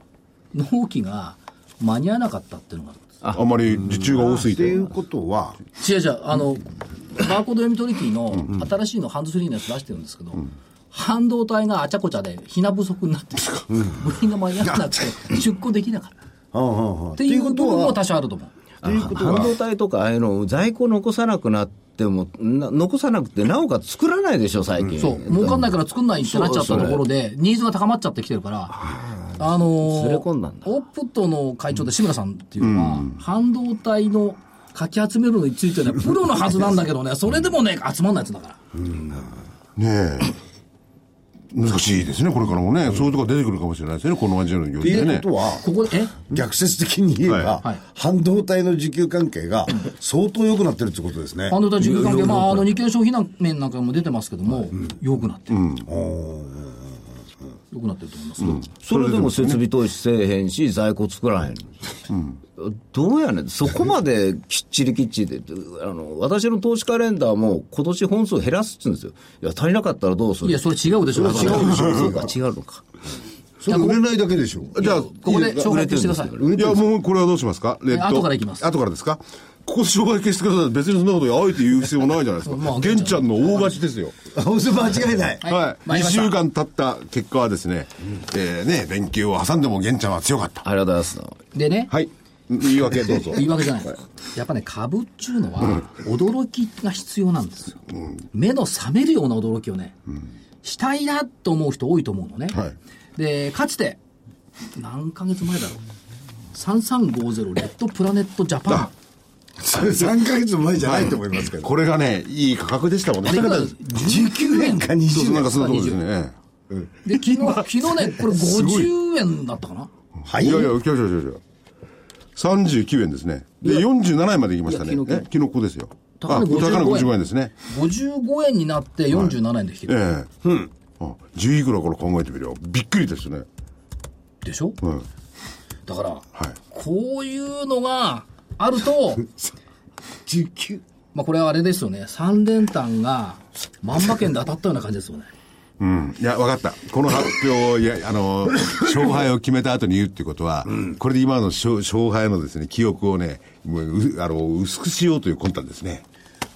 [SPEAKER 1] 納期が間に合わなかったっていうのがある。
[SPEAKER 4] あんまり受注が多すぎ
[SPEAKER 6] って
[SPEAKER 4] て
[SPEAKER 6] い。うことは、
[SPEAKER 1] 違う違う、あの、バーコード読み取り機の新しいのハンドスリーのやつ出してるんですけど、半導体があちゃこちゃで、ひな不足になってる、部品が間に合わなくて、出庫できなかった。
[SPEAKER 6] っ
[SPEAKER 1] っていう部分も多少あると思う。
[SPEAKER 5] あ半導体とかああいうの、在庫残さなくなっても、な残さなくて、なおかつ作らないでしょ、最近。
[SPEAKER 1] そう、儲かんないから作んないってなっちゃったところで、ニーズが高まっちゃってきてるから、あの
[SPEAKER 5] ず
[SPEAKER 1] ー
[SPEAKER 5] れ込んだんだ
[SPEAKER 1] オプトの会長で志村さんっていうのは、半導体のかき集めるのについてね、プロのはずなんだけどね、それでもね、集まんないやつだから。
[SPEAKER 4] ねえ。難しいですね、これからもね。そういうとこが出てくるかもしれないですね、この感じの業
[SPEAKER 6] ってい
[SPEAKER 4] 界
[SPEAKER 6] う
[SPEAKER 4] ね
[SPEAKER 6] こ。とは、
[SPEAKER 1] ここで、え
[SPEAKER 6] 逆説的に言えば、
[SPEAKER 1] はいはい
[SPEAKER 6] 半導体の需給関係が相当良くなってるってことですね。
[SPEAKER 1] 半導体需給関係、まあ、あの、日経商品面なんかも出てますけども、良くなってる。良くなってると思いますよ。
[SPEAKER 5] それでも設備投資せえへんし、在庫作らへん。どうやねん、そこまできっちりきっちりで、あの私の投資カレンダーも、今年本数減らすって言うんですよ、いや、足りなかったらどうする
[SPEAKER 1] いや、それ違うでしょ、
[SPEAKER 5] 違うでしょ、そうか、違うのか、
[SPEAKER 6] それ売れないだけでしょ。
[SPEAKER 4] じゃあ、
[SPEAKER 1] ここで
[SPEAKER 4] いいすか
[SPEAKER 1] 紹介してください。
[SPEAKER 6] 売れ
[SPEAKER 4] い
[SPEAKER 6] てる
[SPEAKER 4] や、もうこれはどうしますかレッド
[SPEAKER 1] 後からいきます
[SPEAKER 4] 後からですかここで障害消してください。別にそんなことあえて言う必要もないじゃないですか。
[SPEAKER 1] まあ
[SPEAKER 4] 玄ちゃんの大勝ちですよ。
[SPEAKER 6] 青そば間違いない。
[SPEAKER 1] はい
[SPEAKER 4] は
[SPEAKER 1] 参
[SPEAKER 4] い。2
[SPEAKER 1] りました
[SPEAKER 4] 週間経った結果はですね、えーね、連休を挟んでも玄ちゃんは強かった。
[SPEAKER 5] ありがとうございます。
[SPEAKER 1] でね、
[SPEAKER 4] はい。言い訳どうぞ。
[SPEAKER 1] 言い訳じゃない。やっぱね、株っちゅうのは、驚きが必要なんですよ。目の覚めるような驚きをね、したいなと思う人多いと思うのね。
[SPEAKER 4] はい
[SPEAKER 1] で、かつて、何ヶ月前だろう。3350レッドプラネットジャパン。
[SPEAKER 6] それ3ヶ月も前じゃないと思いますけど。
[SPEAKER 4] これがね、いい価格でしたもんね。
[SPEAKER 1] あれ
[SPEAKER 4] そう
[SPEAKER 1] 今
[SPEAKER 6] 19円か20
[SPEAKER 4] そう、なんか
[SPEAKER 6] 円。
[SPEAKER 4] そういうとこですね。え
[SPEAKER 1] で、昨日、昨日ね、これ50円だったかな
[SPEAKER 4] えいやいや、今日、今日、今日、今日。39円ですね。で、47円まで行きましたね。
[SPEAKER 1] い
[SPEAKER 4] え
[SPEAKER 1] や昨日
[SPEAKER 4] 昨日ここですよ。
[SPEAKER 1] 高値
[SPEAKER 4] これ高値
[SPEAKER 1] 55
[SPEAKER 4] 55円ですね。
[SPEAKER 1] 55円になって47円で引ける。
[SPEAKER 4] ええうん。あ、10いくらから考えてみりゃ、びっくりですね。
[SPEAKER 1] でしょ
[SPEAKER 4] うん。
[SPEAKER 1] だから、
[SPEAKER 4] はい。
[SPEAKER 1] こういうのがあると、
[SPEAKER 6] 19。
[SPEAKER 1] まあこれはあれですよね、3連単が万馬券で当たったような感じですよね。
[SPEAKER 4] うん。いや、わかった。この発表を、いや、あの、勝敗を決めた後に言うっていうことは、これで今の勝勝敗のですね、記憶をね、もううあの、薄くしようという魂胆ですね。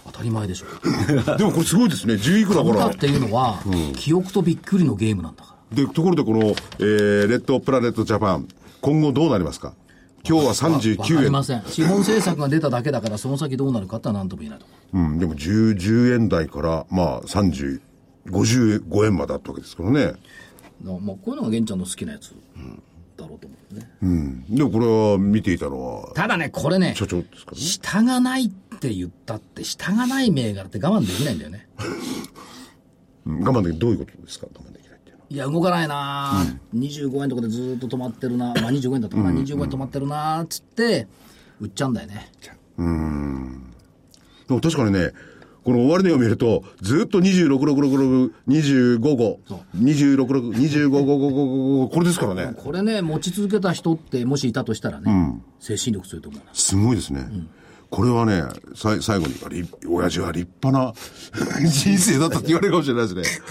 [SPEAKER 1] 当たり前でしょ。
[SPEAKER 4] でもこれすごいですね。10いくらか
[SPEAKER 1] 株価
[SPEAKER 4] ら
[SPEAKER 1] っ。ていうのは、記憶とびっくりのゲームなんだから。
[SPEAKER 4] で、ところでこの、えー、レッドプラネットジャパン、今後どうなりますか今日は
[SPEAKER 1] わか
[SPEAKER 4] 39
[SPEAKER 1] り
[SPEAKER 4] 円
[SPEAKER 1] ま。せん。資本政策が出ただけだから、その先どうなるかってのは何とも言えないと思う。
[SPEAKER 4] うん、でも10、10円台から、まあ、30、55円まであったわけですからね。
[SPEAKER 1] だからまあこういうのが玄ちゃんの好きなやつだろうと思うね。
[SPEAKER 4] うん。でもこれは見ていたのは、
[SPEAKER 1] ただね、これね、
[SPEAKER 4] 所長ですからね。
[SPEAKER 1] 下がないって言ったって、下がない銘柄って我慢できないんだ よね。
[SPEAKER 4] うん我慢できない。どういうことですか我慢できないっていうのは。
[SPEAKER 1] いや、動かないな、ぁ25円とかでずーっと止まってるなまあ25円だったかな、25円止まってるなーっつって、売っちゃうんだよね。
[SPEAKER 4] でも確かにね、この終値を見ると、ずっと26、6、6、6、25、5、26、6、25、5、5、5、これですからね。
[SPEAKER 1] これね、持ち続けた人って、もしいたとしたらね、精神力強いと思うな。
[SPEAKER 4] すごいですね。これはね、さい最後に、り親父は立派な人生だったって言われるかもしれないですね。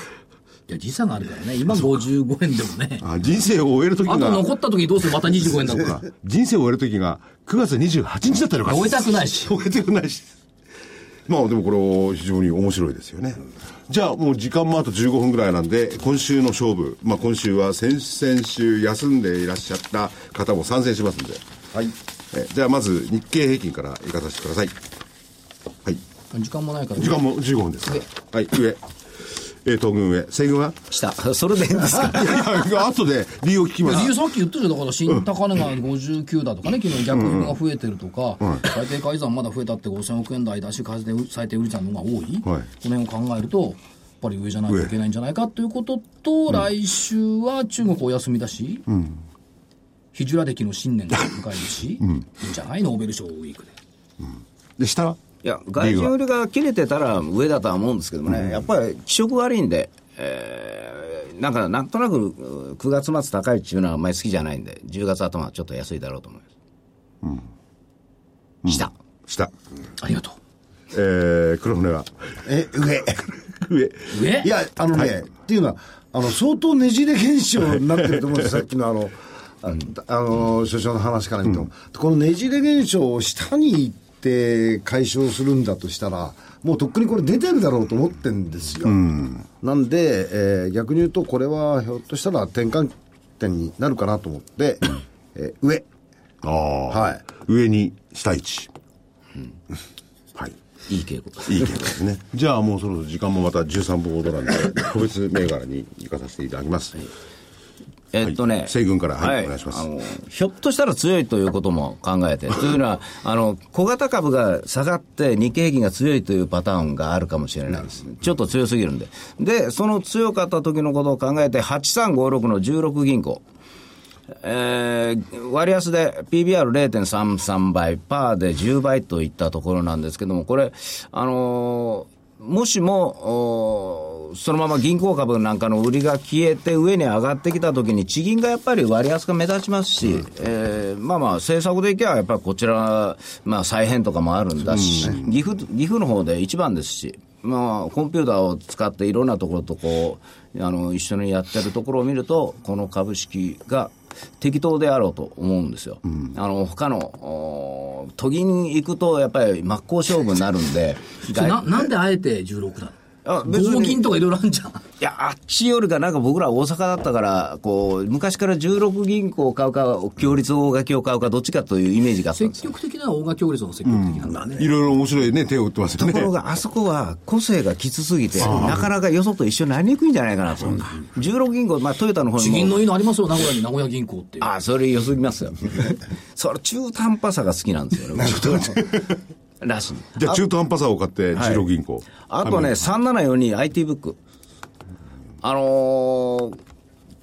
[SPEAKER 1] いや、時差があるからね、今55円でもね、
[SPEAKER 4] あ人生を終える時
[SPEAKER 1] あと
[SPEAKER 4] が、
[SPEAKER 1] 残った時どうするまた25円だから。
[SPEAKER 4] 人生を終える時が9月28日だったりとか
[SPEAKER 1] 終えたくないし。
[SPEAKER 4] 終えたくないし。まあでもこれは非常に面白いですよね。じゃあもう時間もあと15分ぐらいなんで、今週の勝負、まあ今週は先々週休んでいらっしゃった方も参戦しますんで。
[SPEAKER 6] はい。
[SPEAKER 4] えじゃあまず日経平均から行かさせてください。はい。
[SPEAKER 1] 時間もないから。
[SPEAKER 4] 時間も15分です。はい、上。えー、東軍上。西軍は
[SPEAKER 5] 下、それでいいんですか
[SPEAKER 4] いやいや、後で理由を聞きま
[SPEAKER 1] 理由
[SPEAKER 4] す。
[SPEAKER 1] さっき言ったじゃん、だから新高値が59だとかね、昨日逆輸入が増えてるとか、最低改ざんまだ増えたって5000億円台だし、改定最低売りちゃんの方が多い、
[SPEAKER 4] はい
[SPEAKER 1] この辺を考えると、やっぱり上じゃないといけないんじゃないかということと、来週は中国お休みだし、ヒジュラ歴の新年が迎えるし、いいんじゃないノーベル賞ウィークで。
[SPEAKER 4] で、下はい
[SPEAKER 5] や、外人売りが切れてたら上だとは思うんですけどもね、やっぱり気色悪いんで、えーなんかなんとなくう9月末高いっていうのはあんまり好きじゃないんで、10月頭はちょっと安いだろうと思います。下、
[SPEAKER 4] 下。
[SPEAKER 1] ありがと
[SPEAKER 4] えー、黒 船は
[SPEAKER 6] え、上。
[SPEAKER 4] 上。
[SPEAKER 1] う。上
[SPEAKER 6] いや、あのね、っていうのは、あの、相当ねじれ現象になってると思うん です、さっきのあの、ああの、所長の話から見ると、このねじれ現象を下に行って解消するんだとしたら、もうとっくにこれ出てるだろうと思ってんですよ。なんで、えー逆に言うと、これはひょっとしたら転換点になるかなと思って、えー上。
[SPEAKER 4] ああ。
[SPEAKER 6] はい。
[SPEAKER 4] 上に下1。はい。
[SPEAKER 5] いい傾向
[SPEAKER 4] いい結果ですね。じゃあもうそろそろ時間もまた13分ほどなんで、個別銘柄に行かさせていただきます。
[SPEAKER 5] えっとね、
[SPEAKER 4] 西軍からはいお願いします
[SPEAKER 5] あのひょっとしたら強いということも考えて、 というのはあの、小型株が下がって、日経平均が強いというパターンがあるかもしれないです、ちょっと強すぎるんで、で、その強かった時のことを考えて、8356の16銀行。えー割安で PBR0.33 倍、パーで10倍といったところなんですけども、これ、あのーもしもおーそのまま銀行株なんかの売りが消えて上に上がってきたときに、地銀がやっぱり割安が目立ちますし、えーまあまあ、政策でいけばやっぱりこちら、まあ、再編とかもあるんだし、岐阜岐阜の方で一番ですし、まあ、コンピューターを使っていろんなところとこうあの一緒にやってるところを見ると、この株式が適当であろうと思うんですよ、あの他のおー都銀に行くと、やっぱり真っ向勝負になるん で、
[SPEAKER 1] ななんであえて16なの
[SPEAKER 5] あ別に
[SPEAKER 1] 合銀とかいろいろあるんじゃん。
[SPEAKER 5] いや、あっちよりか、なんか僕ら大阪だったから、こう、昔から16銀行を買うか、強立大垣を買うか、どっちかというイメージがあったんです
[SPEAKER 1] 積
[SPEAKER 5] よ。
[SPEAKER 1] 極的な大賀協力の積極的なんだね。
[SPEAKER 4] いろいろ面白いね、手を打ってますよ
[SPEAKER 5] と
[SPEAKER 4] ね
[SPEAKER 5] こ。ろが、あそこは個性がきつすぎて、なかなかよそと一緒になりにくいんじゃないかなと。16銀行、まあ、トヨタの方
[SPEAKER 1] 地
[SPEAKER 5] に
[SPEAKER 1] 銀
[SPEAKER 5] も。
[SPEAKER 1] のいいのありますよ、名古屋に名古屋銀行っていう。
[SPEAKER 5] ああ、それ良すぎますよ。 それ、中途半端さが好き なんですよね。 らしい。
[SPEAKER 4] じゃあ中途半端さを買って、中央銀行。
[SPEAKER 5] あとね、3742 IT ブック。あのー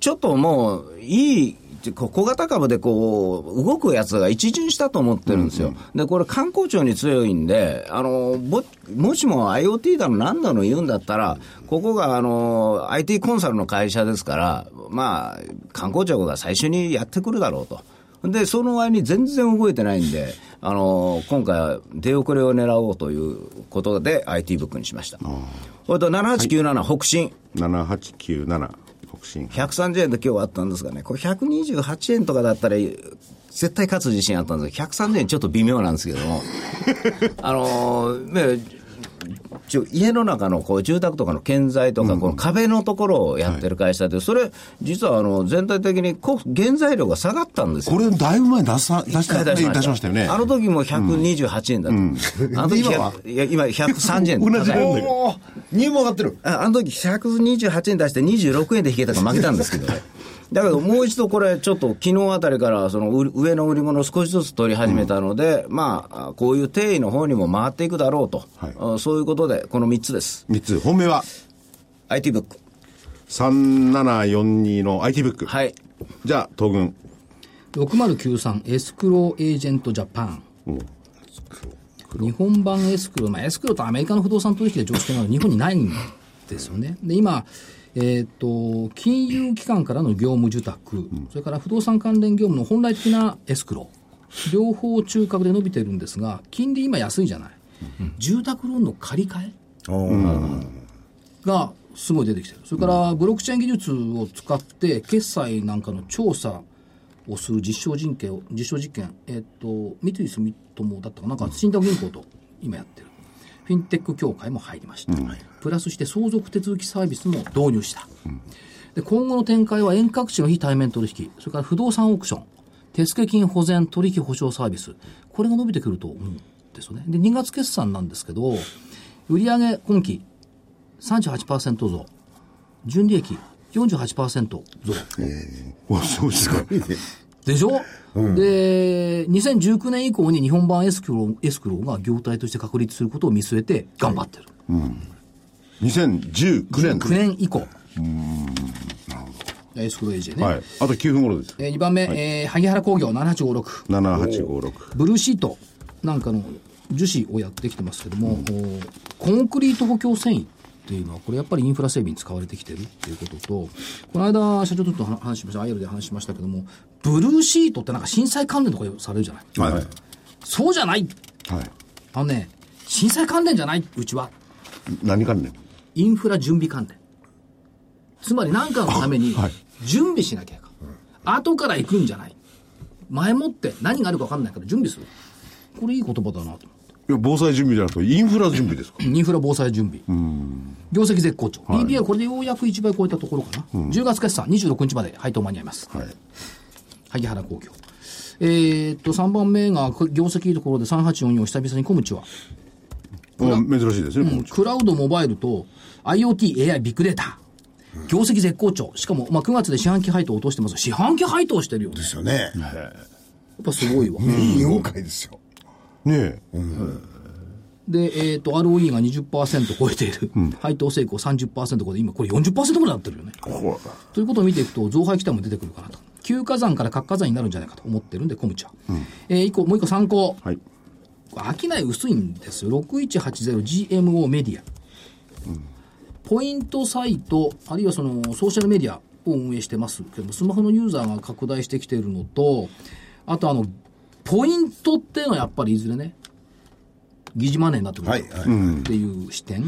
[SPEAKER 5] ちょっともう、いい、こ小型株でこう、動くやつが一巡したと思ってるんですよ。で、これ観光庁に強いんで、あのーぼ、もしも IoT だの何だの言うんだったら、ここがあのー IT コンサルの会社ですから、まあ、観光庁が最初にやってくるだろうと。で、その割に全然動いてないんで、あの今回は出遅れを狙おうということで IT ブックにしました。それと7897、北進。
[SPEAKER 4] 7897、北進。
[SPEAKER 5] 130円で今日はあったんですがね、これ128円とかだったら、絶対勝つ自信あったんですけど、130円ちょっと微妙なんですけども、 あのーねちょ家の中のこう住宅とかの建材とか、この壁のところをやってる会社で、それ、実はあの全体的にこ原材料が下がったんですよ
[SPEAKER 4] こ。れ、だいぶ前に出さ、出し
[SPEAKER 5] 一回
[SPEAKER 4] た、出
[SPEAKER 5] 出しました
[SPEAKER 4] しましたよね。
[SPEAKER 5] あの時も128円だった、あの時
[SPEAKER 6] 今はい
[SPEAKER 5] や今130円だ
[SPEAKER 4] 同じなんだけど
[SPEAKER 6] おー2も上がってる。
[SPEAKER 5] ああの時128円出して26円で引けたから負けたんですけどね。だけどもう一度これ、ちょっと昨日あたりからその売り上の売り物を少しずつ取り始めたので、まあ、こういう定位の方にも回っていくだろうと、
[SPEAKER 4] は
[SPEAKER 5] あそういうことで、この3つです、
[SPEAKER 4] 3つ、本命は
[SPEAKER 5] IT ブック、
[SPEAKER 4] 3742の IT ブック。
[SPEAKER 5] はい、
[SPEAKER 4] じゃあ、東軍。
[SPEAKER 1] 6093エスクローエージェントジャパン。日本版エスクロー、まあ、エスクローとアメリカの不動産取引で常識がある日本にないんですよね。で、今、えーっと、金融機関からの業務受託、それから不動産関連業務の本来的なエスクロー、両方中核で伸びてるんですが、金利今安いじゃない。住宅ローンの借り換えがすごい出てきてる。それから、ブロックチェーン技術を使って、決済なんかの調査をする実証人権を、実証実験、えっ、と、三井住友だったかな、なんか、信託銀行と今やってる。フィンテック協会も入りました。プラスして相続手続きサービスも導入した。で、今後の展開は遠隔地の非対面取引、それから不動産オークション、手付金保全取引保証サービス、これが伸びてくると思うんですよね。で、2月決算なんですけど、売上今期38%増、純利益48%増。
[SPEAKER 4] わ、すごいすごい。
[SPEAKER 1] でしょ、で、2019年以降に日本版エスクローエスクローが業態として確立することを見据えて頑張ってる。
[SPEAKER 4] 2019年。
[SPEAKER 1] 9年以降。エスクローエージェね。
[SPEAKER 4] はい。あと9分頃です。
[SPEAKER 1] え2番目、えー萩原工業7856。
[SPEAKER 4] 7856。
[SPEAKER 1] ブルーシートなんかの樹脂をやってきてますけども、おコンクリート補強繊維っていうのは、これやっぱりインフラ整備に使われてきてるっていうことと、この間、社長とちょっと話しました、IR で話しましたけども、ブルーシートってなんか震災関連とかされるじゃない。
[SPEAKER 4] はい。はい。
[SPEAKER 1] そうじゃないあのね、震災関連じゃないうちは、
[SPEAKER 4] 何関連
[SPEAKER 1] インフラ準備関連。つまり何かのために
[SPEAKER 4] はい
[SPEAKER 1] 準備しなきゃいけない。後から行くんじゃない。前もって何があるか分かんないから準備する。これいい言葉だなと。
[SPEAKER 4] いや、防災準備じゃなくて、インフラ準備ですか。
[SPEAKER 1] インフラ防災準備。業績絶好調。BPA これでようやく1倍超えたところかな。10月決算26日まで配当間に合います。萩原工業。えーっと、3番目が業績いいところで3844を久々に小口は。
[SPEAKER 4] あ珍しいですね、もう
[SPEAKER 1] クラウド、モバイルと IoT、AI、ビッグデータ。業績絶好調。しかも、まあ、9月で四半期配当落としてます。四半期配当してるよね。
[SPEAKER 6] で
[SPEAKER 1] や
[SPEAKER 6] すよね。
[SPEAKER 1] っぱすごいわ。
[SPEAKER 6] いい業界ですよ。
[SPEAKER 4] ねえ。
[SPEAKER 1] で、えーっと、ROE が20%超えている。配当成功30%超えて、今これ40%ぐらいになってるよね。ということを見ていくと、増配期待も出てくるかなと。旧火山から核火山になるんじゃないかと思ってるんで、小口は。えー一個、もう一個参考。
[SPEAKER 4] はい。
[SPEAKER 1] 商い薄いんですよ。6180GMO メディア。ポイントサイト、あるいはそのソーシャルメディアを運営してますけども、スマホのユーザーが拡大してきているのと、あとあの、ポイントっていうのはやっぱりいずれね、疑似マネーになってくるっていう視点、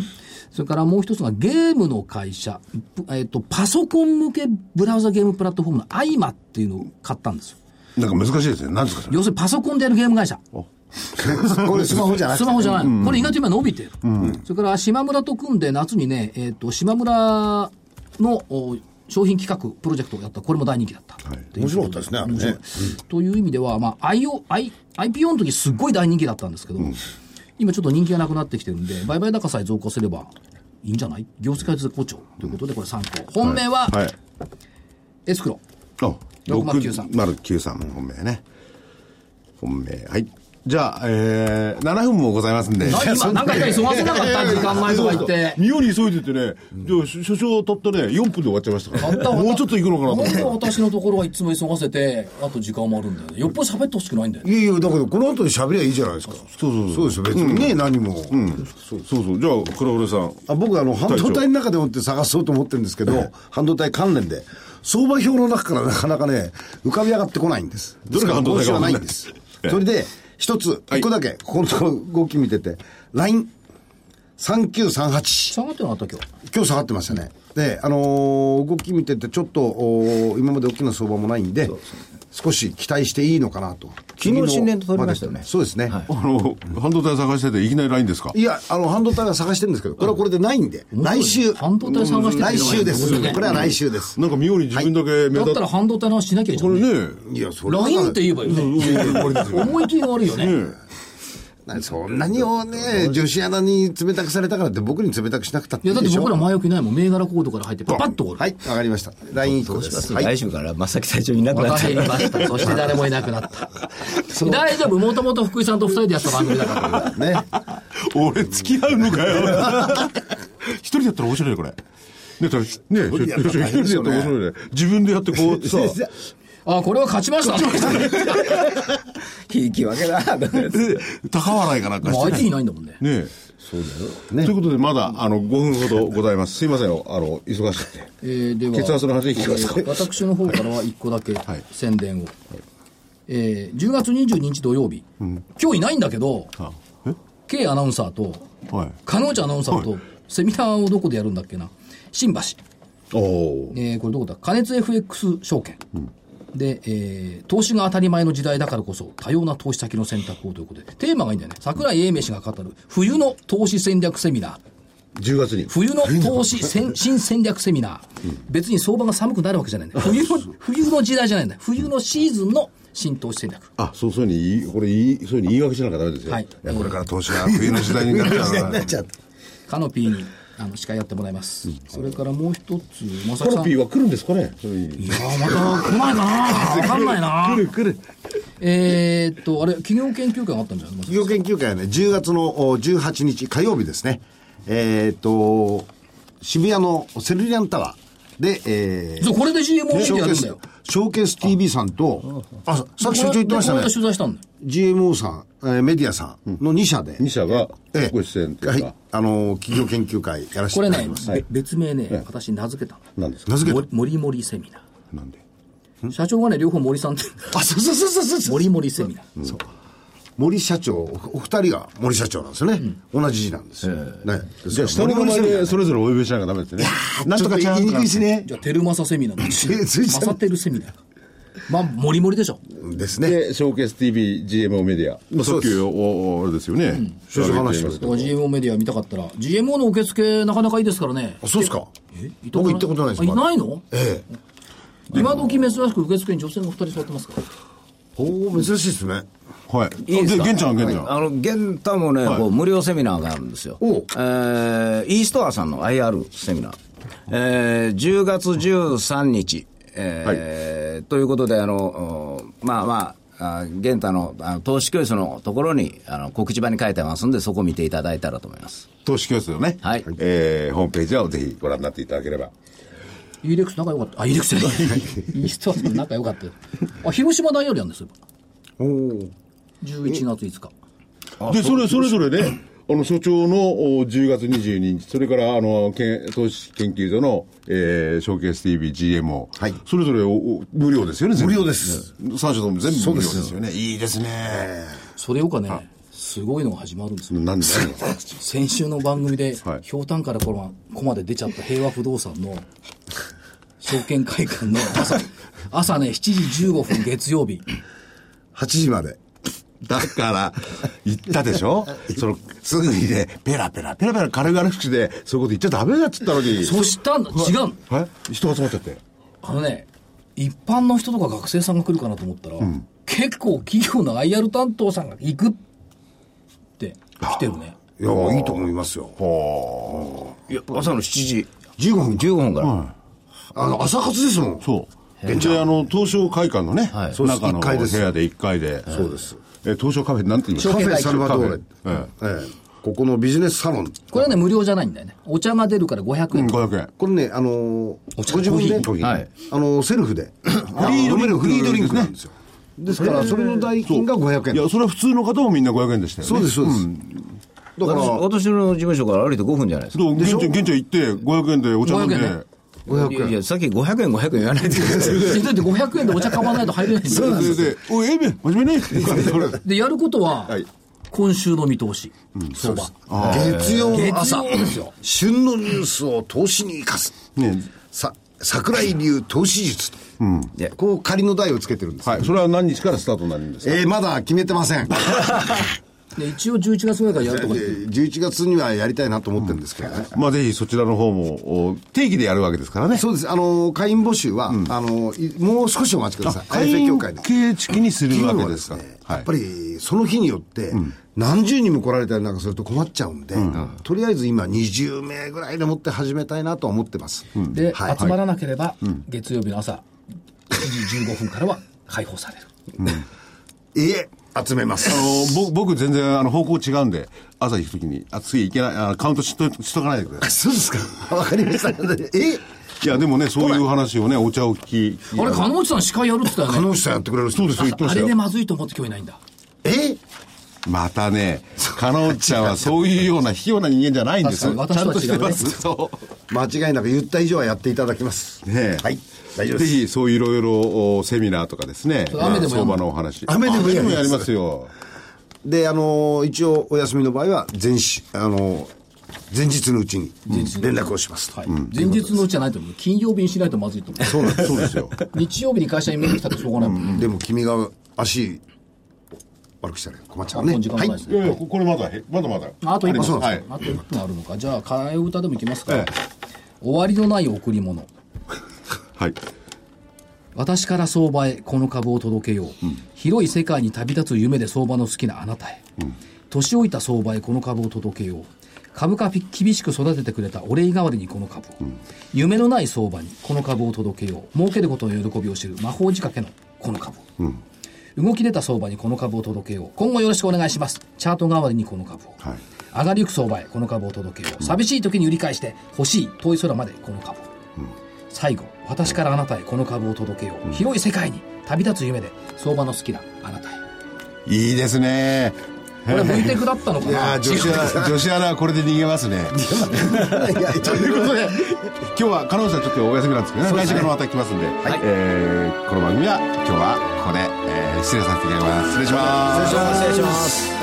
[SPEAKER 1] それからもう一つがゲームの会社、ぶえっとパソコン向けブラウザゲームプラットフォームの IMA っていうのを買ったんですよ。
[SPEAKER 4] なんか難しいですね。何ですかそれ。
[SPEAKER 1] 要するにパソコンでやるゲーム会社。
[SPEAKER 6] これスマホじゃなく
[SPEAKER 1] ス
[SPEAKER 6] て
[SPEAKER 1] マホじゃない、これ意外と今伸びている、それから島村と組んで夏にね、えっと島村のお商品企画プロジェクトをやったこれも大人気だった、
[SPEAKER 6] 面白かったですねあれね
[SPEAKER 1] という意味では、まあ、IO I IPO の時すっごい大人気だったんですけど、今ちょっと人気がなくなってきてるんで売買高さえ増加すればいいんじゃない業績改善好調ということでこれ3個本命は
[SPEAKER 4] はい。
[SPEAKER 1] エスク ロ、
[SPEAKER 4] あ、
[SPEAKER 1] 6093
[SPEAKER 4] 6093本命ね。本命。はい。じゃあ、えー、7分もございますんで。
[SPEAKER 1] な今何回か急がせなかった時間前とか言って
[SPEAKER 4] 妙に急いでてね、じゃあ、所長たったね、4分で終わっちゃいましたか
[SPEAKER 1] あん
[SPEAKER 4] ら、
[SPEAKER 1] た
[SPEAKER 4] もうちょっと行くのかなと思って。
[SPEAKER 1] 本当私のところはいつも急がせて、あと時間もあるんだよね。よっぽど喋ってほしくないんだよね。
[SPEAKER 6] いやいやだけどこの後に喋りゃいいじゃないですかそうそうそうですよ別にね何も
[SPEAKER 4] そうそう、じゃあ、黒船さん。
[SPEAKER 6] あ僕あの半導体の中でもって探そうと思ってるんですけど半導体関連で相場表の中からな かなかね浮かび上がってこないんです
[SPEAKER 4] どれが半導体か
[SPEAKER 6] は
[SPEAKER 4] 分か
[SPEAKER 6] な
[SPEAKER 4] な
[SPEAKER 6] んい
[SPEAKER 4] い
[SPEAKER 6] んです
[SPEAKER 4] ええ
[SPEAKER 6] それで一つ
[SPEAKER 4] はい
[SPEAKER 6] 一個だけこの動き見てて LINE3938
[SPEAKER 1] 下がってなかった今日。
[SPEAKER 6] 今日下がってましたね。で、あのー動き見てて、ちょっと、おー今まで大きな相場もないんで、少し期待していいのかなと。
[SPEAKER 5] 昨日新年度取りましたよね
[SPEAKER 6] 次のそうですね。
[SPEAKER 5] はい
[SPEAKER 4] あの、半導体探してて、いきなり LINE ですか
[SPEAKER 6] い、や、あの、半導体は探してるんですけど、これはこれでないんで、来週。
[SPEAKER 1] 半導体探してる
[SPEAKER 6] 来週で
[SPEAKER 1] う
[SPEAKER 6] す。
[SPEAKER 1] ん
[SPEAKER 6] これは来週です。
[SPEAKER 4] なんか妙に自分だけ目
[SPEAKER 1] だっ
[SPEAKER 4] 立ったて、
[SPEAKER 1] ら半導体の話しなきゃいいじゃ
[SPEAKER 4] これ
[SPEAKER 1] ん。
[SPEAKER 4] ね、
[SPEAKER 6] いや、それは
[SPEAKER 1] LINE って言えばいいよね。思い切りが悪いよね。
[SPEAKER 6] なそんなにをね、女子アナに冷たくされたからって、僕に冷たくしなくたって
[SPEAKER 1] い
[SPEAKER 6] い
[SPEAKER 1] や、だ
[SPEAKER 6] い
[SPEAKER 1] っ
[SPEAKER 6] で
[SPEAKER 1] て
[SPEAKER 6] しょ。
[SPEAKER 1] 僕ら前置きないもん。銘柄コードから入って、パパッと
[SPEAKER 6] はい、わかりました。LINE 以降です。はい。
[SPEAKER 7] 来週から正木隊長いなくなっ
[SPEAKER 1] わか
[SPEAKER 7] て
[SPEAKER 1] り ました。そして誰もいなくな った。大丈夫。もともと福井さんと二人でやってた番組だ から。
[SPEAKER 6] ね。
[SPEAKER 4] 俺付き合うのかよ。一人だったら面白いね、これ。ね、たね、一人でやったら面白いね。自分でやってこうさ、
[SPEAKER 1] あ、これは勝ちました。
[SPEAKER 7] 引き分けだ。
[SPEAKER 4] で高笑いかなんか
[SPEAKER 1] もう相
[SPEAKER 4] してね
[SPEAKER 1] 手いないんだもんね。
[SPEAKER 4] ねそうだよ。ということで、まだ、あの、5分ほどございます。すいませんよ、あの、忙しくて。
[SPEAKER 1] えーでは
[SPEAKER 4] 血圧の話いきますか
[SPEAKER 1] えー私の方からは1個だけ
[SPEAKER 4] い
[SPEAKER 1] 宣伝を、えー10月22日土曜日、今日いないんだけど
[SPEAKER 4] あえ
[SPEAKER 1] K アナウンサーと
[SPEAKER 4] はい。
[SPEAKER 1] 鹿野内アナウンサーとセミナーをどこでやるんだっけな新橋、
[SPEAKER 4] おお。
[SPEAKER 1] えーこれどこだ加熱 FX 証券、で、えー投資が当たり前の時代だからこそ多様な投資先の選択をということでテーマがいいんだよね桜井英明氏が語る冬の投資戦略セミナー
[SPEAKER 4] 10月に。
[SPEAKER 1] 冬の投資戦新戦略セミナー、別に相場が寒くなるわけじゃないんだよ冬の冬の時代じゃないんだよ冬のシーズンの新投資戦略
[SPEAKER 4] あ、そうそうに言い、これ言い、そういうふうに言い訳しなきゃダメですよ。
[SPEAKER 1] はい
[SPEAKER 4] や
[SPEAKER 6] これから投資が冬の時代になっちゃう な。
[SPEAKER 1] カノピーにあの司会やってもらいます、それからもう一つまさ
[SPEAKER 4] カ
[SPEAKER 1] き
[SPEAKER 4] ロ
[SPEAKER 1] さん
[SPEAKER 4] ピ
[SPEAKER 1] い
[SPEAKER 4] ー
[SPEAKER 1] や
[SPEAKER 4] は来るんですかねそういう
[SPEAKER 1] ーまた来ないかな分かんないな
[SPEAKER 4] 来る来る。
[SPEAKER 1] えーっとあれ企業研究会があったんじゃないまさき
[SPEAKER 6] 企業研究会はね、10月のお18日火曜日ですね。えーっと、渋谷のセルリアンタワーで、えー
[SPEAKER 1] そうこれで GM を見
[SPEAKER 6] シ
[SPEAKER 1] て
[SPEAKER 6] ョ
[SPEAKER 1] や
[SPEAKER 6] ーケ
[SPEAKER 1] る
[SPEAKER 6] ー
[SPEAKER 1] んだ
[SPEAKER 6] ス
[SPEAKER 1] よ、
[SPEAKER 6] ショーケース TV さんと、あ、さっき所長言ってました
[SPEAKER 1] これで
[SPEAKER 6] ね。
[SPEAKER 1] 取材したんだよ
[SPEAKER 6] GMO さん、えーメディアさんの2社で。
[SPEAKER 4] 2社が、
[SPEAKER 6] え
[SPEAKER 4] え
[SPEAKER 6] え
[SPEAKER 4] ご出演と
[SPEAKER 6] は
[SPEAKER 4] いうか
[SPEAKER 6] い、。あのー、企業研究会やらせ
[SPEAKER 1] こ
[SPEAKER 6] て
[SPEAKER 1] れ
[SPEAKER 6] いただ
[SPEAKER 1] ね
[SPEAKER 6] きます。、
[SPEAKER 1] べ別名ね私名付けたの
[SPEAKER 4] なんですか
[SPEAKER 6] 名付け
[SPEAKER 1] も
[SPEAKER 6] て。
[SPEAKER 1] もりもりセミナ
[SPEAKER 4] なんで。
[SPEAKER 1] ー社長がね両方森さんって
[SPEAKER 6] あ、そうそうそうそうそう。
[SPEAKER 1] もりもりセミナー
[SPEAKER 6] 森社長、おお二人が森社長なんですよね。同じ字なんですよ。ね。
[SPEAKER 4] じゃあ、下の名前でそれぞれお呼びしなきゃダメですね。
[SPEAKER 6] なんとか言いにくいしね
[SPEAKER 1] じ。ゃあ、テルマサセミナーなんですよ。
[SPEAKER 6] えついちゃ
[SPEAKER 1] マ
[SPEAKER 6] う
[SPEAKER 1] サテルセミナー。まあ、もりもりでしょ。
[SPEAKER 6] ですね。
[SPEAKER 4] で、ショーケース TV、GMO メディア。まあ、
[SPEAKER 6] そ
[SPEAKER 4] 特
[SPEAKER 6] うです
[SPEAKER 4] 急を、あれですよね。
[SPEAKER 6] 少々話してますす
[SPEAKER 4] け
[SPEAKER 6] け
[SPEAKER 4] ど。
[SPEAKER 1] GMO メディア見たかったら、GMO の受付なかなかいいですからね。
[SPEAKER 6] あそうですか。
[SPEAKER 1] 伊藤
[SPEAKER 6] 僕
[SPEAKER 1] さん
[SPEAKER 6] 行ったことないです。
[SPEAKER 1] あいないいの
[SPEAKER 6] ええ。
[SPEAKER 1] 今時珍しく受付に女性が二人座ってますから。
[SPEAKER 6] ほう、珍しいですね。
[SPEAKER 4] はい。
[SPEAKER 5] いいです
[SPEAKER 4] で、
[SPEAKER 5] か
[SPEAKER 4] 玄ちゃん、玄ちゃん。
[SPEAKER 5] あの、玄太もね、こう無料セミナーがあるんですよ。え
[SPEAKER 6] おう
[SPEAKER 5] ー、イーストアさんの IR セミナー。えー、10月13日。えーということで、あの、おまあまあ、あ玄太のあの投資教室のところにあの告知場に書いてますんで、そこ見ていただいたらと思います。
[SPEAKER 4] 投資教室のね。
[SPEAKER 5] はい
[SPEAKER 4] えーホームページはぜひご覧になっていただければ。
[SPEAKER 1] イーレックス仲良かった。あ、イー レックスじゃない。イーストアさん仲良かったよ。あ、広島大よりなんですよ。
[SPEAKER 6] おお。
[SPEAKER 1] 11月5日。
[SPEAKER 4] で、それ、それぞれね、あの、所長のお10月22日、それから、あの、けん投資研究所の、えー、ショーケース TV、GMO。
[SPEAKER 6] はい
[SPEAKER 4] それぞれおお無料ですよね、全部
[SPEAKER 6] 無料です。
[SPEAKER 4] 3社とも全部
[SPEAKER 6] そう
[SPEAKER 4] 無料
[SPEAKER 6] で
[SPEAKER 4] ですすよね。いいですね。
[SPEAKER 1] それよかね、すごいのが始まるんですよ。
[SPEAKER 4] なんで
[SPEAKER 1] 先週の番組で、
[SPEAKER 4] はい
[SPEAKER 1] ひょうたんからこのここまで出ちゃった平和不動産の、証券会館の朝、朝ね、7時15分月曜日。
[SPEAKER 6] 8時まで。
[SPEAKER 4] だから、言ったでしょその、すぐにね、ペラペラ、ペラペラ軽々しくで、そういうこと言っちゃダメだっつったのに。
[SPEAKER 1] そしたんだ、違うの
[SPEAKER 4] はい人集まっちゃって。
[SPEAKER 1] あのね、一般の人とか学生さんが来るかなと思ったら、結構企業の IR 担当さんが行くって来てるね。
[SPEAKER 6] いや、もういいと思いますよ。
[SPEAKER 5] いや朝の7時
[SPEAKER 6] 15分、
[SPEAKER 5] 15分から、
[SPEAKER 6] あの、朝活ですもん。
[SPEAKER 4] そう。で、あの、東証会館のね、
[SPEAKER 5] はい
[SPEAKER 4] 中の
[SPEAKER 6] 一階です
[SPEAKER 4] 部屋で1階で。
[SPEAKER 6] そうです。
[SPEAKER 4] え、東証カフェなんて言います
[SPEAKER 6] カ
[SPEAKER 4] か
[SPEAKER 6] フェサルバドーレ。
[SPEAKER 4] カフェ
[SPEAKER 6] ええここのビジネスサロン。
[SPEAKER 1] これはね、無料じゃないんだよね。お茶が出るから500
[SPEAKER 4] う
[SPEAKER 1] 円。
[SPEAKER 4] ん、500円。
[SPEAKER 6] これね、あのー、ご自分
[SPEAKER 4] コーヒ
[SPEAKER 6] で、
[SPEAKER 4] ー
[SPEAKER 5] はい
[SPEAKER 6] あのー、セルフで、フリ
[SPEAKER 4] ードリンク
[SPEAKER 6] フリードリンクなんですよ。ですから、それの代金が500円。
[SPEAKER 4] いや、それは普通の方もみんな500円でしたよね。
[SPEAKER 6] そうです、そうです。だから、500
[SPEAKER 5] 私私の事務所から歩いて5分じゃないですか
[SPEAKER 4] そう。現地、現地行って500円でお茶飲んで。
[SPEAKER 1] 500円ね
[SPEAKER 5] いやいやさっき500円500円言わないでくだ さい
[SPEAKER 1] えだって500円でお茶買わないと入れないんだよ
[SPEAKER 4] それで、おい、ええべ、真面目ね。
[SPEAKER 1] で、やることは、
[SPEAKER 4] はい
[SPEAKER 1] 今週の見通し。相場。
[SPEAKER 6] 月曜の朝
[SPEAKER 1] 月曜ですよ、
[SPEAKER 6] 旬のニュースを投資に生かす。
[SPEAKER 4] ね
[SPEAKER 6] さ、桜井流投資術と。
[SPEAKER 5] で
[SPEAKER 6] こう仮の題をつけてるんです。
[SPEAKER 4] はい。それは何日からスタートになるんですか
[SPEAKER 6] えーまだ決めてません。
[SPEAKER 1] で、一応11月ぐらいからやるとか言ってる。
[SPEAKER 6] 11月にはやりたいなと思ってるんですけどね。
[SPEAKER 4] まあ、ぜひそちらの方も、お定期でやるわけですからね。
[SPEAKER 6] そうです。あの、会員募集は、あの、いもう少しお待ちください。
[SPEAKER 4] 会
[SPEAKER 6] IFA 協
[SPEAKER 4] 員
[SPEAKER 6] 会で。
[SPEAKER 4] 形式にするわ
[SPEAKER 6] 企
[SPEAKER 4] け
[SPEAKER 6] 業は
[SPEAKER 4] で
[SPEAKER 6] ですす
[SPEAKER 4] か
[SPEAKER 6] ね
[SPEAKER 4] ら。、
[SPEAKER 6] やっぱりその日によって、何十人も来られたりなんかすると困っちゃうんで、とりあえず今20名ぐらいでもって始めたいなとは思ってます。
[SPEAKER 1] で、
[SPEAKER 6] はい
[SPEAKER 1] 集まらなければ、月曜日の朝、7時15分からは解放される。
[SPEAKER 6] いいえ、集めます。
[SPEAKER 4] あのぼ僕、全然あの方向違うんで、朝行くときに、あ次行けないあ、カウントしとしとかないでください。
[SPEAKER 6] そうですか。わかりま した。え
[SPEAKER 4] いや、でもね、そういう話をね、お茶を聞き、
[SPEAKER 1] あれ、鹿野内さん司会やるって言った
[SPEAKER 6] 可
[SPEAKER 1] よね。
[SPEAKER 6] 能さんやってくれる人
[SPEAKER 4] そうです、そう言ってま
[SPEAKER 1] あ
[SPEAKER 4] した
[SPEAKER 1] れで
[SPEAKER 4] よ。
[SPEAKER 1] まずいと思って今日いないんだ。
[SPEAKER 6] え
[SPEAKER 4] またね、カノちゃんはそういうような卑怯な人間じゃないんです。ちゃ
[SPEAKER 1] 確
[SPEAKER 4] ん
[SPEAKER 1] かに私とは違
[SPEAKER 4] と
[SPEAKER 1] うね
[SPEAKER 4] してます。そう。
[SPEAKER 6] 間違いなく言った以上はやっていただきます。
[SPEAKER 4] ねえ
[SPEAKER 6] はい。大丈夫
[SPEAKER 4] ぜ
[SPEAKER 6] です。
[SPEAKER 4] ひ、そういういろいろおセミナーとかですね、
[SPEAKER 1] それ雨でもや
[SPEAKER 4] 相
[SPEAKER 1] んの
[SPEAKER 4] 場のお話。
[SPEAKER 6] 雨でもやります
[SPEAKER 4] りますよ。
[SPEAKER 6] で、あの一応お休みの場合は、前し、あの前日のうちに連絡をしますと。
[SPEAKER 1] はい。前日のうちじゃないと思う。金曜日にしないとまずいと思う。
[SPEAKER 4] そうなんですそうですよ。
[SPEAKER 1] 日曜日に会社にメール来たってしょうがないもん。
[SPEAKER 6] でも君が足悪くしたら困っちゃう
[SPEAKER 1] あ
[SPEAKER 6] ね。
[SPEAKER 1] もう時間
[SPEAKER 6] は
[SPEAKER 1] ない
[SPEAKER 6] い。
[SPEAKER 1] ですね
[SPEAKER 4] いやいや、これまだ、まだまだ。
[SPEAKER 1] あと
[SPEAKER 4] り
[SPEAKER 1] 1
[SPEAKER 4] ます
[SPEAKER 1] 分、
[SPEAKER 4] はい。
[SPEAKER 1] あと一分あるのか。じゃあ、替え歌でもいきますか。
[SPEAKER 4] ええ
[SPEAKER 1] 終わりのない贈り物。
[SPEAKER 4] はい。
[SPEAKER 1] 私から相場へこの株を届けよう、広い世界に旅立つ夢で相場の好きなあなたへ、年老いた相場へこの株を届けよう株価ぴ厳しく育ててくれたお礼代わりにこの株を、夢のない相場にこの株を届けよう儲けることの喜びを知る魔法仕掛けのこの株を、動き出た相場にこの株を届けよう今後よろしくお願いしますチャート代わりにこの株を、
[SPEAKER 4] はい
[SPEAKER 1] 上がりゆく相場へこの株を届けよう寂しい時に売り返して欲しい遠い空までこの株を、最後私からあなたへこの株を届けよう、広い世界に旅立つ夢で相場の好きなあなたへ
[SPEAKER 4] いいですね。
[SPEAKER 1] これ向いてくだったのか
[SPEAKER 4] いや
[SPEAKER 1] な
[SPEAKER 4] ー女子アナ、女子アナはこれで逃げますね。
[SPEAKER 6] いやということで、
[SPEAKER 4] 今日は、彼女さんちょっとお休みなんですけどね、来週からまた来ますんで、えーこの番組は、今日はここで、えー失礼させていただきます。失礼します。
[SPEAKER 5] 失礼します